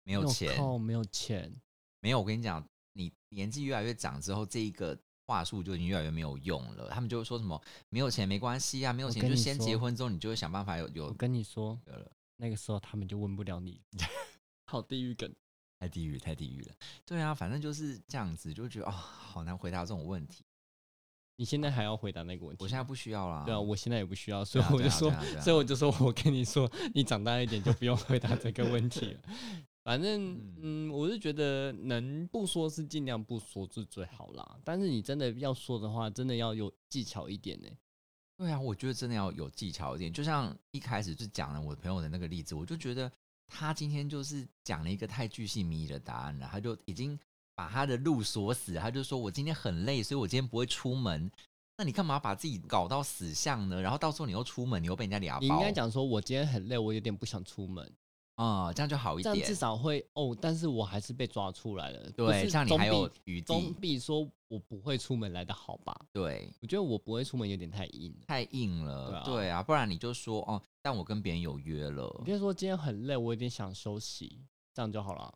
Speaker 1: 没
Speaker 2: 没
Speaker 1: 有钱，
Speaker 2: 靠，没有钱，
Speaker 1: 没有，我跟你讲，你年纪越来越长之后，这一个话术就已经越来越没有用了。他们就会说什么没有钱没关系啊，没有
Speaker 2: 我
Speaker 1: 钱
Speaker 2: 跟
Speaker 1: 就
Speaker 2: 你
Speaker 1: 先结
Speaker 2: 说
Speaker 1: 婚之后，你就会想办法有
Speaker 2: 我
Speaker 1: 有
Speaker 2: 跟你说，
Speaker 1: 的了。
Speaker 2: 那个时候他们就问不了你。 <laughs> 好地狱梗，
Speaker 1: 太地狱，太地狱了。对啊，反正就是这样子，就觉得哦，好难回答这种问题。
Speaker 2: 你现在还要回答那个问题？
Speaker 1: 我现在不需要啦。
Speaker 2: 对啊，我现在也不需要，所
Speaker 1: 对啊，
Speaker 2: 以我就
Speaker 1: 对啊
Speaker 2: 说
Speaker 1: 对，啊对啊
Speaker 2: 所以我就说，我跟你说，你长大一点就不用回答这个问
Speaker 1: <laughs>
Speaker 2: 题了。反正，嗯，我是觉得能不说是尽量不说是最好啦。但是你真的要说的话，真的要有技巧一点呢、
Speaker 1: 对啊，我觉得真的要有技巧一点。就像一开始就讲了我朋友的那个例子，我就觉得他今天就是讲了一个太具细迷的答案了，他就已经把他的路锁死，他就说我今天很累，所以我今天不会出门。那你干嘛把自己搞到死相呢？然后到时候你又出门，你又被人家俩包，
Speaker 2: 你应该讲说，我今天很累，我有点不想出门，
Speaker 1: 啊、这样就好一
Speaker 2: 这样至
Speaker 1: 点。
Speaker 2: 少会哦。但是我还是被抓出来了。不
Speaker 1: 对，
Speaker 2: 是
Speaker 1: 这样你
Speaker 2: 总
Speaker 1: 还有
Speaker 2: 比
Speaker 1: 余
Speaker 2: 总
Speaker 1: 地。
Speaker 2: 比说我不会出门来的好吧？
Speaker 1: 对，
Speaker 2: 我觉得我不会出门有点太硬了。
Speaker 1: 太硬了。
Speaker 2: 对啊
Speaker 1: 对啊，不然你就说哦，但我跟别人有约了
Speaker 2: 你别说今天很累，我有点想休息，这样就好了。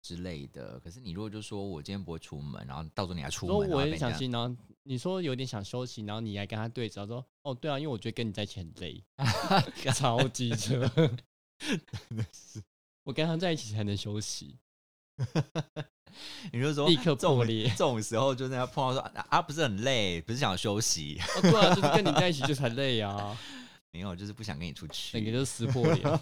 Speaker 1: 之类的。可是你如果就说我今天不会出门，然后到时候你还出
Speaker 2: 说
Speaker 1: 门，然
Speaker 2: 我
Speaker 1: 后
Speaker 2: 有
Speaker 1: 被人
Speaker 2: 点想
Speaker 1: 家
Speaker 2: 休息，然后你说有点想休息，然后你还跟他对着说，哦，对啊，因为我觉得跟你在一起很累，
Speaker 1: <laughs>
Speaker 2: 超级扯。我跟他在一起才能休息，
Speaker 1: 你就说
Speaker 2: 立刻破裂
Speaker 1: 这。种时候就在那碰到说啊啊不是很累，不是想休息， <laughs>
Speaker 2: 哦，对啊，就是跟你在一起就才累啊，
Speaker 1: 没有，就是不想跟你出
Speaker 2: 整个
Speaker 1: 去，
Speaker 2: 就是撕破
Speaker 1: <laughs>
Speaker 2: 脸。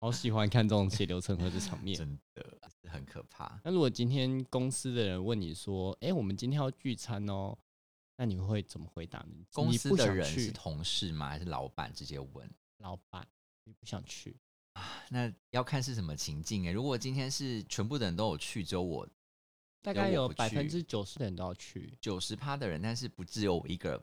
Speaker 2: 好喜欢看这种血流成河的场面。
Speaker 1: 真的是很可怕。
Speaker 2: 那如果今天公司的人问你说，哎、我们今天要聚餐哦，那你会怎么回答呢？
Speaker 1: 公
Speaker 2: 你
Speaker 1: 司
Speaker 2: 不
Speaker 1: 的
Speaker 2: 想
Speaker 1: 人是
Speaker 2: 去，
Speaker 1: 同事吗？还是老板直接问？
Speaker 2: 老板，你不想去，
Speaker 1: 那要看是什么情境哎、如果今天是全部的人都有去，只有我
Speaker 2: 大
Speaker 1: 要
Speaker 2: 概
Speaker 1: 我
Speaker 2: 有
Speaker 1: 不
Speaker 2: 百分
Speaker 1: 去
Speaker 2: 之九十的人都要去。
Speaker 1: 九十趴的人，但是不只有我一个，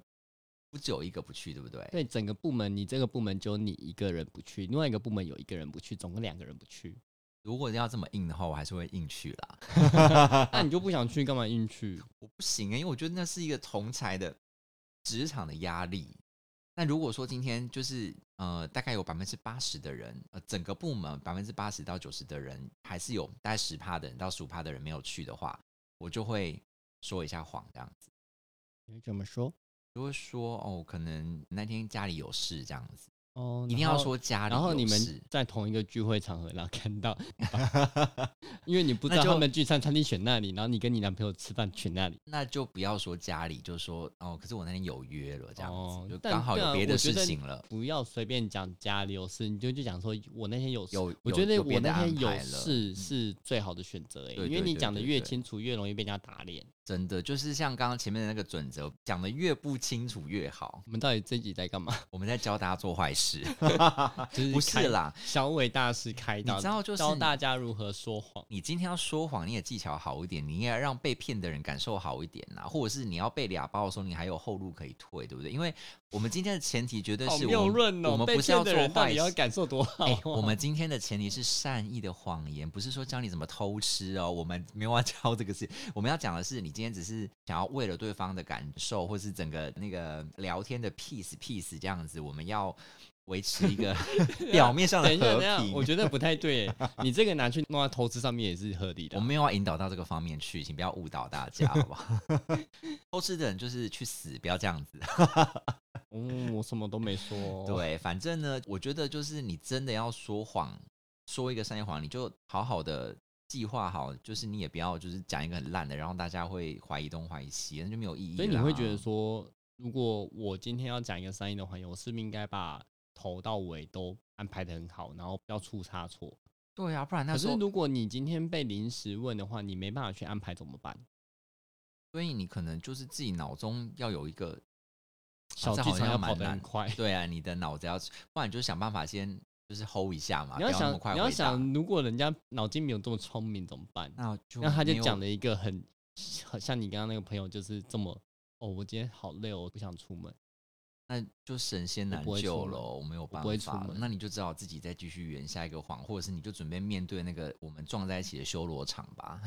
Speaker 1: 不只有一个不去，对不对？
Speaker 2: 对整个部门，你这个部门只有你一个人不去，另外一个部门有一个人不去，总共两个人不
Speaker 1: <laughs>
Speaker 2: 去，
Speaker 1: 如果要这么硬的话，我还是会硬去啦。
Speaker 2: 那你就不想去，干嘛硬去？
Speaker 1: 我不行啊，因为我觉得那是一个同才的职场的压力。那如果说今天就是呃，大概有百分之八十的人，呃，整个部门百分之八十到九十的人，还是有大概十趴的人到十五趴的人没有去的话，我就会说一下谎，这样子，
Speaker 2: 你会怎么说？
Speaker 1: 就会说哦，可能那天家里有事这样子，
Speaker 2: 哦，
Speaker 1: 一定
Speaker 2: 然
Speaker 1: 要
Speaker 2: 后。
Speaker 1: 说家里
Speaker 2: 然后
Speaker 1: 有
Speaker 2: 你
Speaker 1: 事
Speaker 2: 们在同一个聚会场合，然后看
Speaker 1: <laughs>
Speaker 2: 到，因为你不知
Speaker 1: 那
Speaker 2: 道
Speaker 1: 就
Speaker 2: 他们聚餐餐厅选那里，然后你跟你男朋友吃饭选那里，
Speaker 1: 那就不要说家里，就说哦，可是我那天有约了，这样子，
Speaker 2: 哦
Speaker 1: 就
Speaker 2: 但
Speaker 1: 刚好
Speaker 2: 对
Speaker 1: 有
Speaker 2: 啊
Speaker 1: 别的
Speaker 2: 我觉
Speaker 1: 事
Speaker 2: 得
Speaker 1: 情了。
Speaker 2: 不要随便讲家里有事，你就去讲说我那天有事。
Speaker 1: 有，有
Speaker 2: 我觉得
Speaker 1: 有
Speaker 2: 我
Speaker 1: 别的
Speaker 2: 那
Speaker 1: 安
Speaker 2: 天有
Speaker 1: 排了
Speaker 2: 事是最好的选择、欸，
Speaker 1: 对
Speaker 2: 因为
Speaker 1: 对
Speaker 2: 你
Speaker 1: 对
Speaker 2: 讲的
Speaker 1: 对
Speaker 2: 越
Speaker 1: 对
Speaker 2: 清楚，越容易被人家打脸。
Speaker 1: 真的就是像刚刚前面的那个准则，讲的越不清楚越好。
Speaker 2: 我们到底这集在
Speaker 1: <laughs>
Speaker 2: 干嘛？
Speaker 1: 我们在教大家做坏事，
Speaker 2: <laughs> 就是
Speaker 1: 不
Speaker 2: 开
Speaker 1: 是啦？
Speaker 2: 小伟大师开
Speaker 1: 你
Speaker 2: 导，
Speaker 1: 知道就是
Speaker 2: 教大家如何说谎。
Speaker 1: 你今天要说谎，你也技巧好一点，你也要让被骗的人感受好一点啦，或者是你要被俩包的时候，你还有后路可以退，对不对？因为我们今天的前提绝对
Speaker 2: 好
Speaker 1: 是
Speaker 2: 谬
Speaker 1: 我们
Speaker 2: 论哦！
Speaker 1: 我们
Speaker 2: 被
Speaker 1: 不是要
Speaker 2: 骗的
Speaker 1: 做
Speaker 2: 人到
Speaker 1: 坏
Speaker 2: 底要
Speaker 1: 事。
Speaker 2: 感受多
Speaker 1: <laughs>
Speaker 2: 好、
Speaker 1: 哎、我们今天的前提是善意的谎言，不是说教你怎么偷吃哦。我们没有要教这个事，我们要讲的是，你今天只是想要为了对方的感受，或是整个那个聊天的 peace peace 这样子，我们要维持一
Speaker 2: <laughs>
Speaker 1: 个表面上的
Speaker 2: 等 <laughs> 一下，
Speaker 1: 和
Speaker 2: 等一下，我
Speaker 1: 平。
Speaker 2: 觉得不太对
Speaker 1: <laughs>
Speaker 2: 耶。你这个拿去弄到投资上面也是合理的
Speaker 1: 我
Speaker 2: 啊。
Speaker 1: 没有要引导到这个方面去，请不要误导大家，好不好？ <laughs> 偷吃的人就是去死，不要这样子。
Speaker 2: 嗯，我什么都没说
Speaker 1: <laughs>
Speaker 2: 哦。
Speaker 1: 对，反正呢，我觉得就是你真的要说谎，说一个善意谎，你就好好的计划好，就是你也不要就是讲一个很烂的，然后大家会怀疑东怀疑西，那就没有意义啦。
Speaker 2: 所以你会觉得说，如果我今天要讲一个善意的环游，我是不是应该把头到尾都安排的很好，然后不要出差错？
Speaker 1: 对啊，不然那
Speaker 2: 可
Speaker 1: 时
Speaker 2: 是
Speaker 1: 候，
Speaker 2: 如果你今天被临时问的话，你没办法去安排怎么办？
Speaker 1: 所以你可能就是自己脑中要有一个
Speaker 2: 小
Speaker 1: 这
Speaker 2: 剧
Speaker 1: 好
Speaker 2: 场
Speaker 1: 像
Speaker 2: 要跑
Speaker 1: 蛮
Speaker 2: 得很
Speaker 1: 难
Speaker 2: 快。
Speaker 1: 对啊，你的脑子要，不然你就想办法先就是 hold 一下嘛，
Speaker 2: 你要
Speaker 1: 啊不那
Speaker 2: 想
Speaker 1: 么快，
Speaker 2: 你要
Speaker 1: 回答
Speaker 2: 想，，如果人家脑筋没有这么聪明怎么办？
Speaker 1: 那就
Speaker 2: 那他
Speaker 1: 没
Speaker 2: 就
Speaker 1: 有
Speaker 2: 讲了一个很很像你刚刚那个朋友，就是这么哦，我今天好累哦，我不想出门。
Speaker 1: 那就神仙
Speaker 2: 我
Speaker 1: 难
Speaker 2: 不会
Speaker 1: 救
Speaker 2: 出
Speaker 1: 了，
Speaker 2: 门
Speaker 1: 我没有办
Speaker 2: 不会出
Speaker 1: 法了。
Speaker 2: 门
Speaker 1: 那你就只好自己再继续圆下一个谎，或者是你就准备面对那个我们撞在一起的修罗场吧。！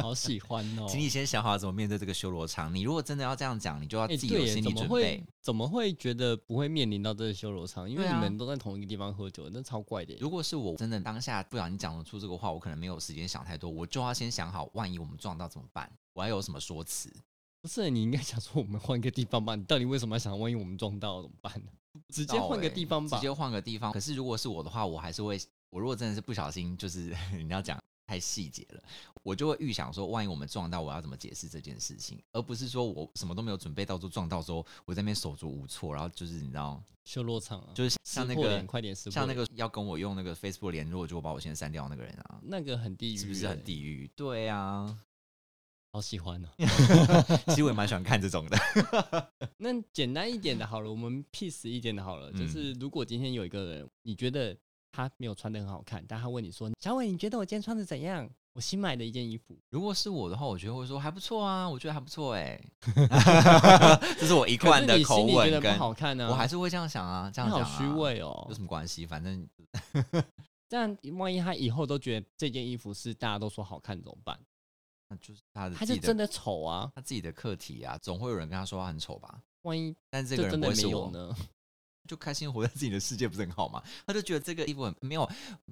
Speaker 2: 好喜欢哦
Speaker 1: 请你先想好怎么面对这个修罗场。你如果真的要这样讲，你就要
Speaker 2: 哎、
Speaker 1: 自己有
Speaker 2: 对耶
Speaker 1: 心理
Speaker 2: 怎么
Speaker 1: 准
Speaker 2: 会
Speaker 1: 备。
Speaker 2: 怎么会觉得不会面临到这个修罗场？因为
Speaker 1: 对
Speaker 2: 你
Speaker 1: 啊
Speaker 2: 们都在同一个地方喝酒，那超怪的耶。
Speaker 1: 如果是我真的当下不小心讲得出这个话，我可能没有时间想太多，我就要先想好，万一我们撞到怎么办？我要有什么说辞？
Speaker 2: 不是你应该想说我们换个地方吧？你到底为什么要想？万一我们撞到怎么办呢？直接换个地方吧
Speaker 1: 欸直。接换个地方。可是如果是我的话，我还是会，我如果真的是不小心，就是 <laughs> 你要讲太细节了，我就会预想说，万一我们撞到，我要怎么解释这件事情，而不是说我什么都没有准备，到时候撞到时候我在那边手足无措，然后就是你知道，
Speaker 2: 修罗场啊，
Speaker 1: 就是
Speaker 2: 撕
Speaker 1: 像那
Speaker 2: 破
Speaker 1: 个
Speaker 2: 脸快点撕破
Speaker 1: 像那
Speaker 2: 脸
Speaker 1: 个要跟我用那个 Facebook 联络，就把我先删掉那个人啊，
Speaker 2: 那个很地狱耶，欸
Speaker 1: 是不是很地狱？对啊，
Speaker 2: 好喜欢哦。
Speaker 1: 其实我也蛮喜欢看这种的。 <laughs>
Speaker 2: 那简单一点的好了，我们 peace 一点的好了，
Speaker 1: 嗯
Speaker 2: 就是如果今天有一个人，你觉得他没有穿的很好看，但他问你说：“小伟，你觉得我今天穿的怎样？”我新买的一件衣服，
Speaker 1: 如果是我的话，我觉得会说还不错啊，我觉得还不错哎、 <laughs> 这是我一
Speaker 2: 可
Speaker 1: 贯
Speaker 2: 是
Speaker 1: 的
Speaker 2: 你
Speaker 1: 口
Speaker 2: 心里觉
Speaker 1: 吻
Speaker 2: 得
Speaker 1: 跟
Speaker 2: 不好看呢、
Speaker 1: 我还是会这样想啊，这样
Speaker 2: 啊你
Speaker 1: 讲、
Speaker 2: 好
Speaker 1: 啊、
Speaker 2: 虚，伪哦
Speaker 1: 有。什么关系？反正
Speaker 2: 但万一他以后都觉得这件衣服是大家都说好看怎么办？
Speaker 1: 那就是他的自
Speaker 2: 他就
Speaker 1: 己的
Speaker 2: 真的丑啊！
Speaker 1: 他自己的课题啊，总会有人跟他说他很丑吧？
Speaker 2: 万一
Speaker 1: 但是这
Speaker 2: 就
Speaker 1: 个人
Speaker 2: 真
Speaker 1: 不
Speaker 2: 的
Speaker 1: 会
Speaker 2: 没
Speaker 1: 是
Speaker 2: 有
Speaker 1: 我，
Speaker 2: 呢？
Speaker 1: 就开心活在自己的世界，不是很好吗？他就觉得这个衣服很没有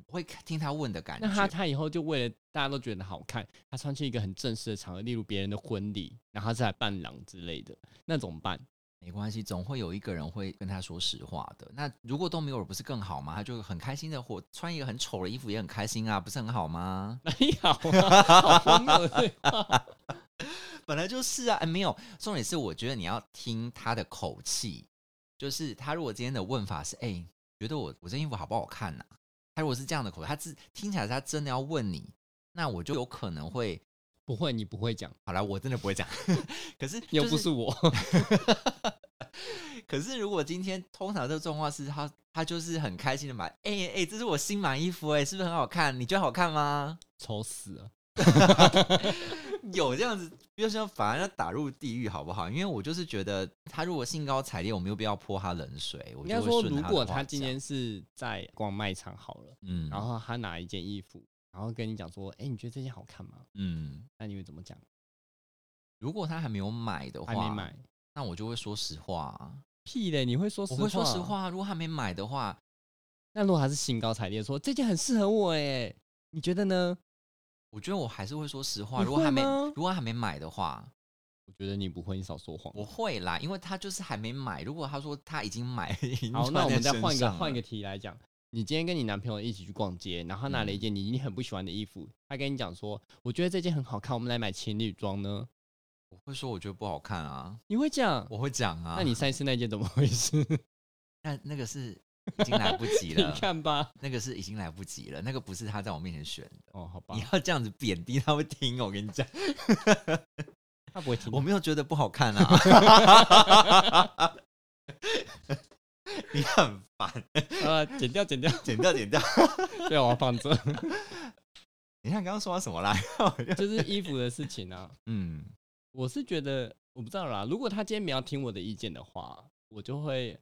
Speaker 1: 会听他问的感觉。
Speaker 2: 那他他以后就为了大家都觉得好看，他穿去一个很正式的场合，例如别人的婚礼，然后他是来伴郎之类的，那怎么办？
Speaker 1: 没关系，总会有一个人会跟他说实话的。那如果都没有，不是更好吗？他就很开心的活，穿一个很丑的衣服也很开心啊，不是很好吗？
Speaker 2: 哪有啊？好荒谬的对话！
Speaker 1: 本来就是啊，哎，没有。重点是，我觉得你要听他的口气，就是他如果今天的问法是，哎、觉得我我这件衣服好不好看呐、他如果是这样的口气，他自听起来他真的要问你，那我就有可能会，
Speaker 2: 不会，你不会
Speaker 1: <laughs>
Speaker 2: 讲，
Speaker 1: 好啦，我真的不会讲。可是、
Speaker 2: 又
Speaker 1: 就
Speaker 2: 不是我。
Speaker 1: 可是如果今天通常这个状况是他，他就是很开心的买，哎、哎、这是我新买衣服、哎，是不是很好看？你觉得好看吗？
Speaker 2: 丑死了！
Speaker 1: 有这样子，就是反而要打入地狱，好不好？因为我就是觉得他如果兴高采烈，我没有必要泼他冷水。我
Speaker 2: 应
Speaker 1: 就
Speaker 2: 该
Speaker 1: 会
Speaker 2: 说，
Speaker 1: 顺
Speaker 2: 如
Speaker 1: 他的
Speaker 2: 果
Speaker 1: 话
Speaker 2: 他今
Speaker 1: 讲
Speaker 2: 天是在逛卖场好了，
Speaker 1: 嗯，
Speaker 2: 然后他拿一件衣服，然后跟你讲说：“哎，你觉得这件好看吗
Speaker 1: 嗯，？”
Speaker 2: 那你会怎么讲？
Speaker 1: 如果他还没有买的话，
Speaker 2: 还没，买，
Speaker 1: 那我就会说实话啊。
Speaker 2: 屁嘞！你会说实
Speaker 1: 我
Speaker 2: 话？
Speaker 1: 会说实。话啊，如果他没买的话，
Speaker 2: 那如果他是兴高采烈地说：“这件很适合我，哎，你觉得呢
Speaker 1: 我觉得我还是会说实话。
Speaker 2: 你
Speaker 1: 如果他
Speaker 2: 会
Speaker 1: 没，
Speaker 2: 吗
Speaker 1: 如果他还没买的话，？”
Speaker 2: 我觉得你不会，你少说谎。
Speaker 1: 我会啦，因为他就是还没买。如果他说他已经买，已经
Speaker 2: <laughs> 好，
Speaker 1: 穿
Speaker 2: 那我
Speaker 1: 在
Speaker 2: 们再
Speaker 1: 身
Speaker 2: 换一个
Speaker 1: 上
Speaker 2: 换一
Speaker 1: 了
Speaker 2: 个，题来讲。你今天跟你男朋友一起去逛街，然后他拿了一件你你很不喜欢的衣服，他跟你讲说：“我觉得这件很好看，我们来买情侣装呢。
Speaker 1: 我会说我觉得不好看啊，”
Speaker 2: 你会讲？
Speaker 1: 我会讲啊。
Speaker 2: 那你上一次那件怎么回事？ <laughs>
Speaker 1: 那那个是已经来不及
Speaker 2: 你啊
Speaker 1: 了，
Speaker 2: 看吧。
Speaker 1: 那个是已经来不及了，那个不是他在我面前选的。
Speaker 2: 哦，好吧
Speaker 1: 你。要这样子贬低他会听，我跟你讲。
Speaker 2: 他不会听的。
Speaker 1: 我没有觉得不好看啊。 <laughs> 你很烦，
Speaker 2: 呃，剪掉，剪掉，
Speaker 1: 剪掉剪掉。
Speaker 2: <laughs> 对，我要放这，
Speaker 1: 你看刚刚说到什么啦？我就
Speaker 2: 就是衣服的事情啊。
Speaker 1: 嗯，
Speaker 2: 我是觉得我不知道啦，如果他今天没有听我的意见的话，我就会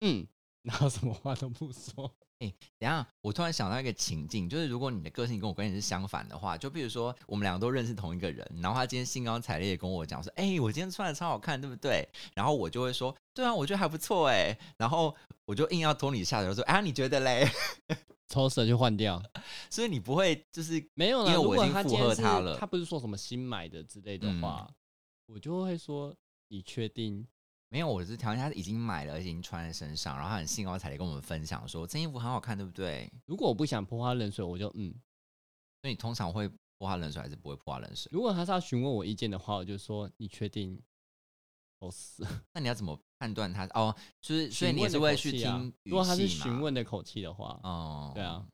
Speaker 2: 嗯， <laughs> 然后什么话都不说。
Speaker 1: 等一下我突然想到一个情境，就是如果你的个性跟我观点是相反的话，就比如说我们两个都认识同一个人，然后他今天兴高采烈地跟我讲说：“哎、我今天穿的超好看，对不对？”然后我就会说：“对啊，我觉得还不错哎、然后我就硬要拖你下水，我说：“啊，你觉得嘞
Speaker 2: 抽蛇就换掉，？”
Speaker 1: 所以你不会就是
Speaker 2: 没有
Speaker 1: 因
Speaker 2: 啦。
Speaker 1: 为
Speaker 2: 如
Speaker 1: 我已
Speaker 2: 果
Speaker 1: 经
Speaker 2: 他
Speaker 1: 附
Speaker 2: 今天
Speaker 1: 和
Speaker 2: 是
Speaker 1: 他了嗯
Speaker 2: 他不是说什么新买的之类的话，我就会说你确定？
Speaker 1: 没有，我是条件他已经买了，而且已经穿在身上，然后他很兴高采烈跟我们分享说：“这件衣服很好看，对不对
Speaker 2: 如果我不想泼他冷水，我就嗯。？”
Speaker 1: 所以你通常会泼他冷水，还是不会泼他冷水？
Speaker 2: 如果他是要询问我意见的话，我就说你确定？我死。
Speaker 1: 那你要怎么判断他？哦，就是所以你也是
Speaker 2: 询问
Speaker 1: 会
Speaker 2: 的口
Speaker 1: 去
Speaker 2: 气啊
Speaker 1: 听语
Speaker 2: 如果他是
Speaker 1: 气嘛
Speaker 2: 询问的口气的话，
Speaker 1: 哦，
Speaker 2: 对啊，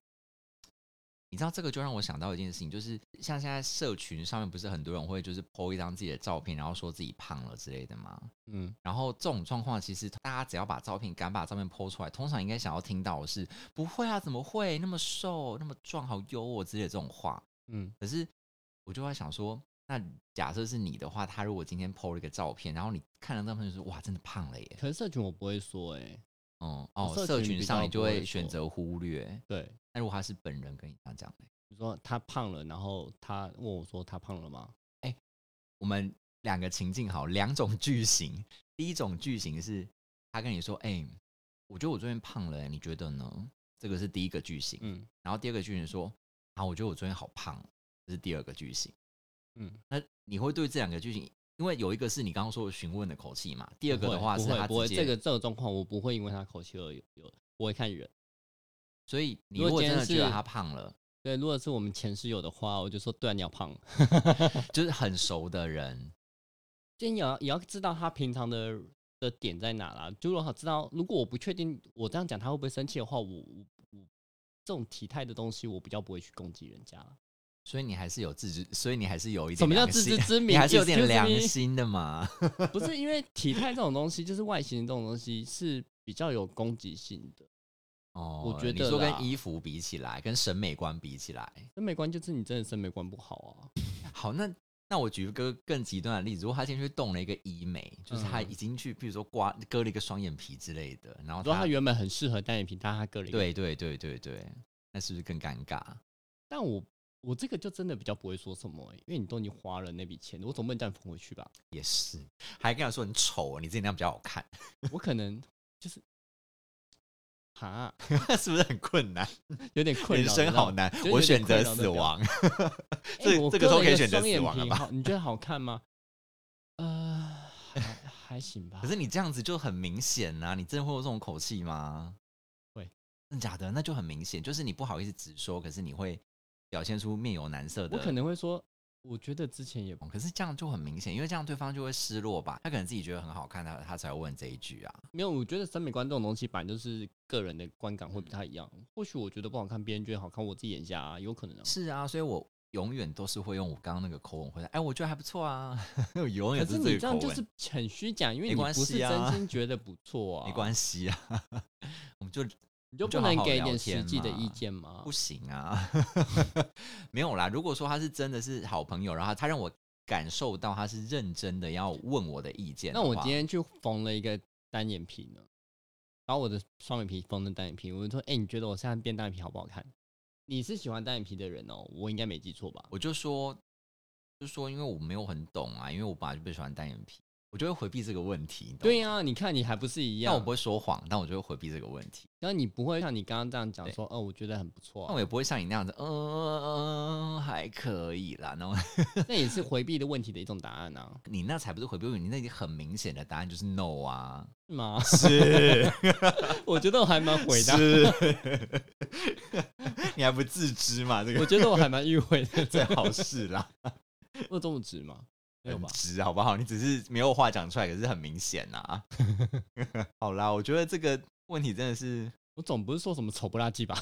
Speaker 1: 你知道这个就让我想到一件事情，就是像现在社群上面不是很多人会就是 po 一张自己的照片，然后说自己胖了之类的吗？
Speaker 2: 嗯，
Speaker 1: 然后这种状况，其实大家只要把照片敢把照片 po 出来，通常应该想要听到的是“不会啊，怎么会那么瘦，那么壮，好优哦”之类的这种话。
Speaker 2: 嗯，
Speaker 1: 可是我就在想说，那假设是你的话，他如果今天 po 了一个照片，然后你看了照片就说“哇，真的胖了耶
Speaker 2: 可是社群我不会说、欸，哎，”，
Speaker 1: 嗯，哦，
Speaker 2: 社
Speaker 1: 社
Speaker 2: 群
Speaker 1: 群
Speaker 2: 比
Speaker 1: 上
Speaker 2: 较
Speaker 1: 你就
Speaker 2: 不
Speaker 1: 会
Speaker 2: 会
Speaker 1: 选
Speaker 2: 说
Speaker 1: 择忽略。
Speaker 2: 对，
Speaker 1: 那如果他是本人跟你这样讲呢？
Speaker 2: 你说他胖了，然后他问我说他胖了吗？
Speaker 1: 我们两个情境好，两种句型。第一种句型是他跟你说：“哎、我觉得我最近胖了、你觉得呢？”这个是第一个句型。
Speaker 2: 嗯
Speaker 1: 然后第二个句型说：“啊，我觉得我最近好胖。”这是第二个句型。
Speaker 2: 嗯，
Speaker 1: 那你会对这两个句型，因为有一个是你刚刚说的询问的口气嘛，第二个
Speaker 2: 不
Speaker 1: 的
Speaker 2: 会
Speaker 1: 话
Speaker 2: 不
Speaker 1: 是他
Speaker 2: 会不会，
Speaker 1: 直接。
Speaker 2: 这个这个状况我不会因为他口气而有有，我会看人。
Speaker 1: 所以你
Speaker 2: 如
Speaker 1: 如
Speaker 2: 果
Speaker 1: 果
Speaker 2: 今
Speaker 1: 真
Speaker 2: 天
Speaker 1: 的觉得
Speaker 2: 是
Speaker 1: 他胖了，
Speaker 2: 对，如果是我们前室友的话，我就说对啊，你要胖，
Speaker 1: 就是很熟的人，
Speaker 2: 就你要也要知道他平常的的点在哪啦。就如果知道，如果我不确定我这样讲他会不会生气的话，我我我这种体态的东西，我比较不会去攻击人家。
Speaker 1: 所以你还是有自知，所以你还是有一点
Speaker 2: 什么叫
Speaker 1: 良
Speaker 2: 自知
Speaker 1: 心 <laughs>
Speaker 2: 之
Speaker 1: 你
Speaker 2: 明
Speaker 1: 还是有点
Speaker 2: ？Excuse
Speaker 1: 良
Speaker 2: me
Speaker 1: 心的嘛。
Speaker 2: 不是因为体态这种东西，就是外形这种东西是比较有攻击性的。
Speaker 1: 哦，
Speaker 2: 我觉
Speaker 1: 你
Speaker 2: 得
Speaker 1: 说
Speaker 2: 啦
Speaker 1: 跟衣服比起来，跟审美观比起来，
Speaker 2: 审美观就是你真的审美观不好啊，
Speaker 1: 好，那那我举一个更极端的例子，如果他今天去动了一个医美，就是他
Speaker 2: 嗯
Speaker 1: 已经去，比如说刮割了一个双眼皮之类的，然后
Speaker 2: 我说
Speaker 1: 他
Speaker 2: 他原本很适合单眼皮，但他割了一
Speaker 1: 啊
Speaker 2: 个，
Speaker 1: 对对对对对，那是不是更尴尬？
Speaker 2: 但我我这个就真的比较不会说什么欸、因为你都已经花了那笔钱，我总不能叫你缝回去吧？
Speaker 1: 也是，还跟他说很丑，哦你自己那样比较好看， <laughs>
Speaker 2: 我可能就是，哈， <laughs>
Speaker 1: 是不是很困难？
Speaker 2: 有点困扰。
Speaker 1: 人生好难
Speaker 2: 就，是
Speaker 1: 我
Speaker 2: 有点
Speaker 1: 选择
Speaker 2: 困扰
Speaker 1: 死
Speaker 2: 哎那表
Speaker 1: 亡。 <laughs>
Speaker 2: 你知
Speaker 1: 这
Speaker 2: 道吗，
Speaker 1: 这个时候可以选择
Speaker 2: 择
Speaker 1: 死亡了吧 <laughs>
Speaker 2: 你觉得好看吗？呃，还还行吧。
Speaker 1: <laughs> 可是你这样子就很明显呐、你真的会有这种口气吗？
Speaker 2: 会，
Speaker 1: 真的假的？那就很明显，就是你不好意思直说，可是你会表现出面有难色的。
Speaker 2: 我可能会说，我觉得之前也
Speaker 1: 可是这样就很明显，因为这样对方就会失落吧？他可能自己觉得很好看，他他才会问这一句啊。
Speaker 2: 没有。我觉得审美观这种东西，本来就是个人的观感会不太一样。或许我觉得不好看，别人觉得好看，我自己眼瞎、啊，有可能啊。
Speaker 1: 是啊，所以我永远都是会用我刚刚那个口吻回答。哎，我觉得还不错啊， <laughs> 我永远
Speaker 2: 可
Speaker 1: 都
Speaker 2: 是
Speaker 1: 这
Speaker 2: 你
Speaker 1: 个
Speaker 2: 这
Speaker 1: 口吻，
Speaker 2: 样就是很虚假，因为
Speaker 1: 没
Speaker 2: 你
Speaker 1: 关
Speaker 2: 不是
Speaker 1: 系啊
Speaker 2: 真心觉得不错啊，
Speaker 1: 没关系啊， <laughs> 我们就
Speaker 2: 你就
Speaker 1: 就
Speaker 2: 不
Speaker 1: 好
Speaker 2: 能
Speaker 1: 好
Speaker 2: 给一
Speaker 1: 聊
Speaker 2: 点
Speaker 1: 天
Speaker 2: 实际的
Speaker 1: 嘛
Speaker 2: 意见吗
Speaker 1: 不？行啊， <laughs> 没有啦。如果说他是真的是好朋友，然后他让我感受到他是认真的要问我的意见的
Speaker 2: 那
Speaker 1: 话，
Speaker 2: 我今天去缝了一个单眼皮呢，把我的双眼皮缝成单眼皮，我就说，哎、你觉得我现在变单眼皮好不好看？你是喜欢单眼皮的人哦，我应该没记错吧？
Speaker 1: 我就说，就说因为我没有很懂啊，因为我本来就不喜欢单眼皮，我就会回避这个问题。你懂
Speaker 2: 对
Speaker 1: 吗
Speaker 2: 呀、你看你还不是一
Speaker 1: 但
Speaker 2: 样，
Speaker 1: 我不会说谎，但我就会回避这个问题。
Speaker 2: 然后你不会像你刚刚这样讲
Speaker 1: 对
Speaker 2: 说，哦，我觉得很不错、
Speaker 1: 但我
Speaker 2: 啊，
Speaker 1: 也不会像你那样子，嗯、嗯，还可以啦。然后 <laughs>
Speaker 2: 啊那也是回避的问题的一种答案啊，
Speaker 1: 你那才不是回避，你那已经很明显的答案就是 no 啊。<laughs>
Speaker 2: 是吗？ <laughs>
Speaker 1: 是
Speaker 2: 我觉得我还蛮回答，
Speaker 1: 是， <laughs> 你还不自知嘛？这
Speaker 2: 我
Speaker 1: 个
Speaker 2: 觉得我还蛮迂回的， <laughs>
Speaker 1: 最好是啦，
Speaker 2: 我有这么直吗？没有
Speaker 1: 很
Speaker 2: 吧？
Speaker 1: 直啊好不好？你只是没有话讲出来，可是很明显呐、<laughs>
Speaker 2: <laughs>
Speaker 1: 好啦，我觉得这个问题真的是
Speaker 2: 我总不是说什么丑不拉几吧？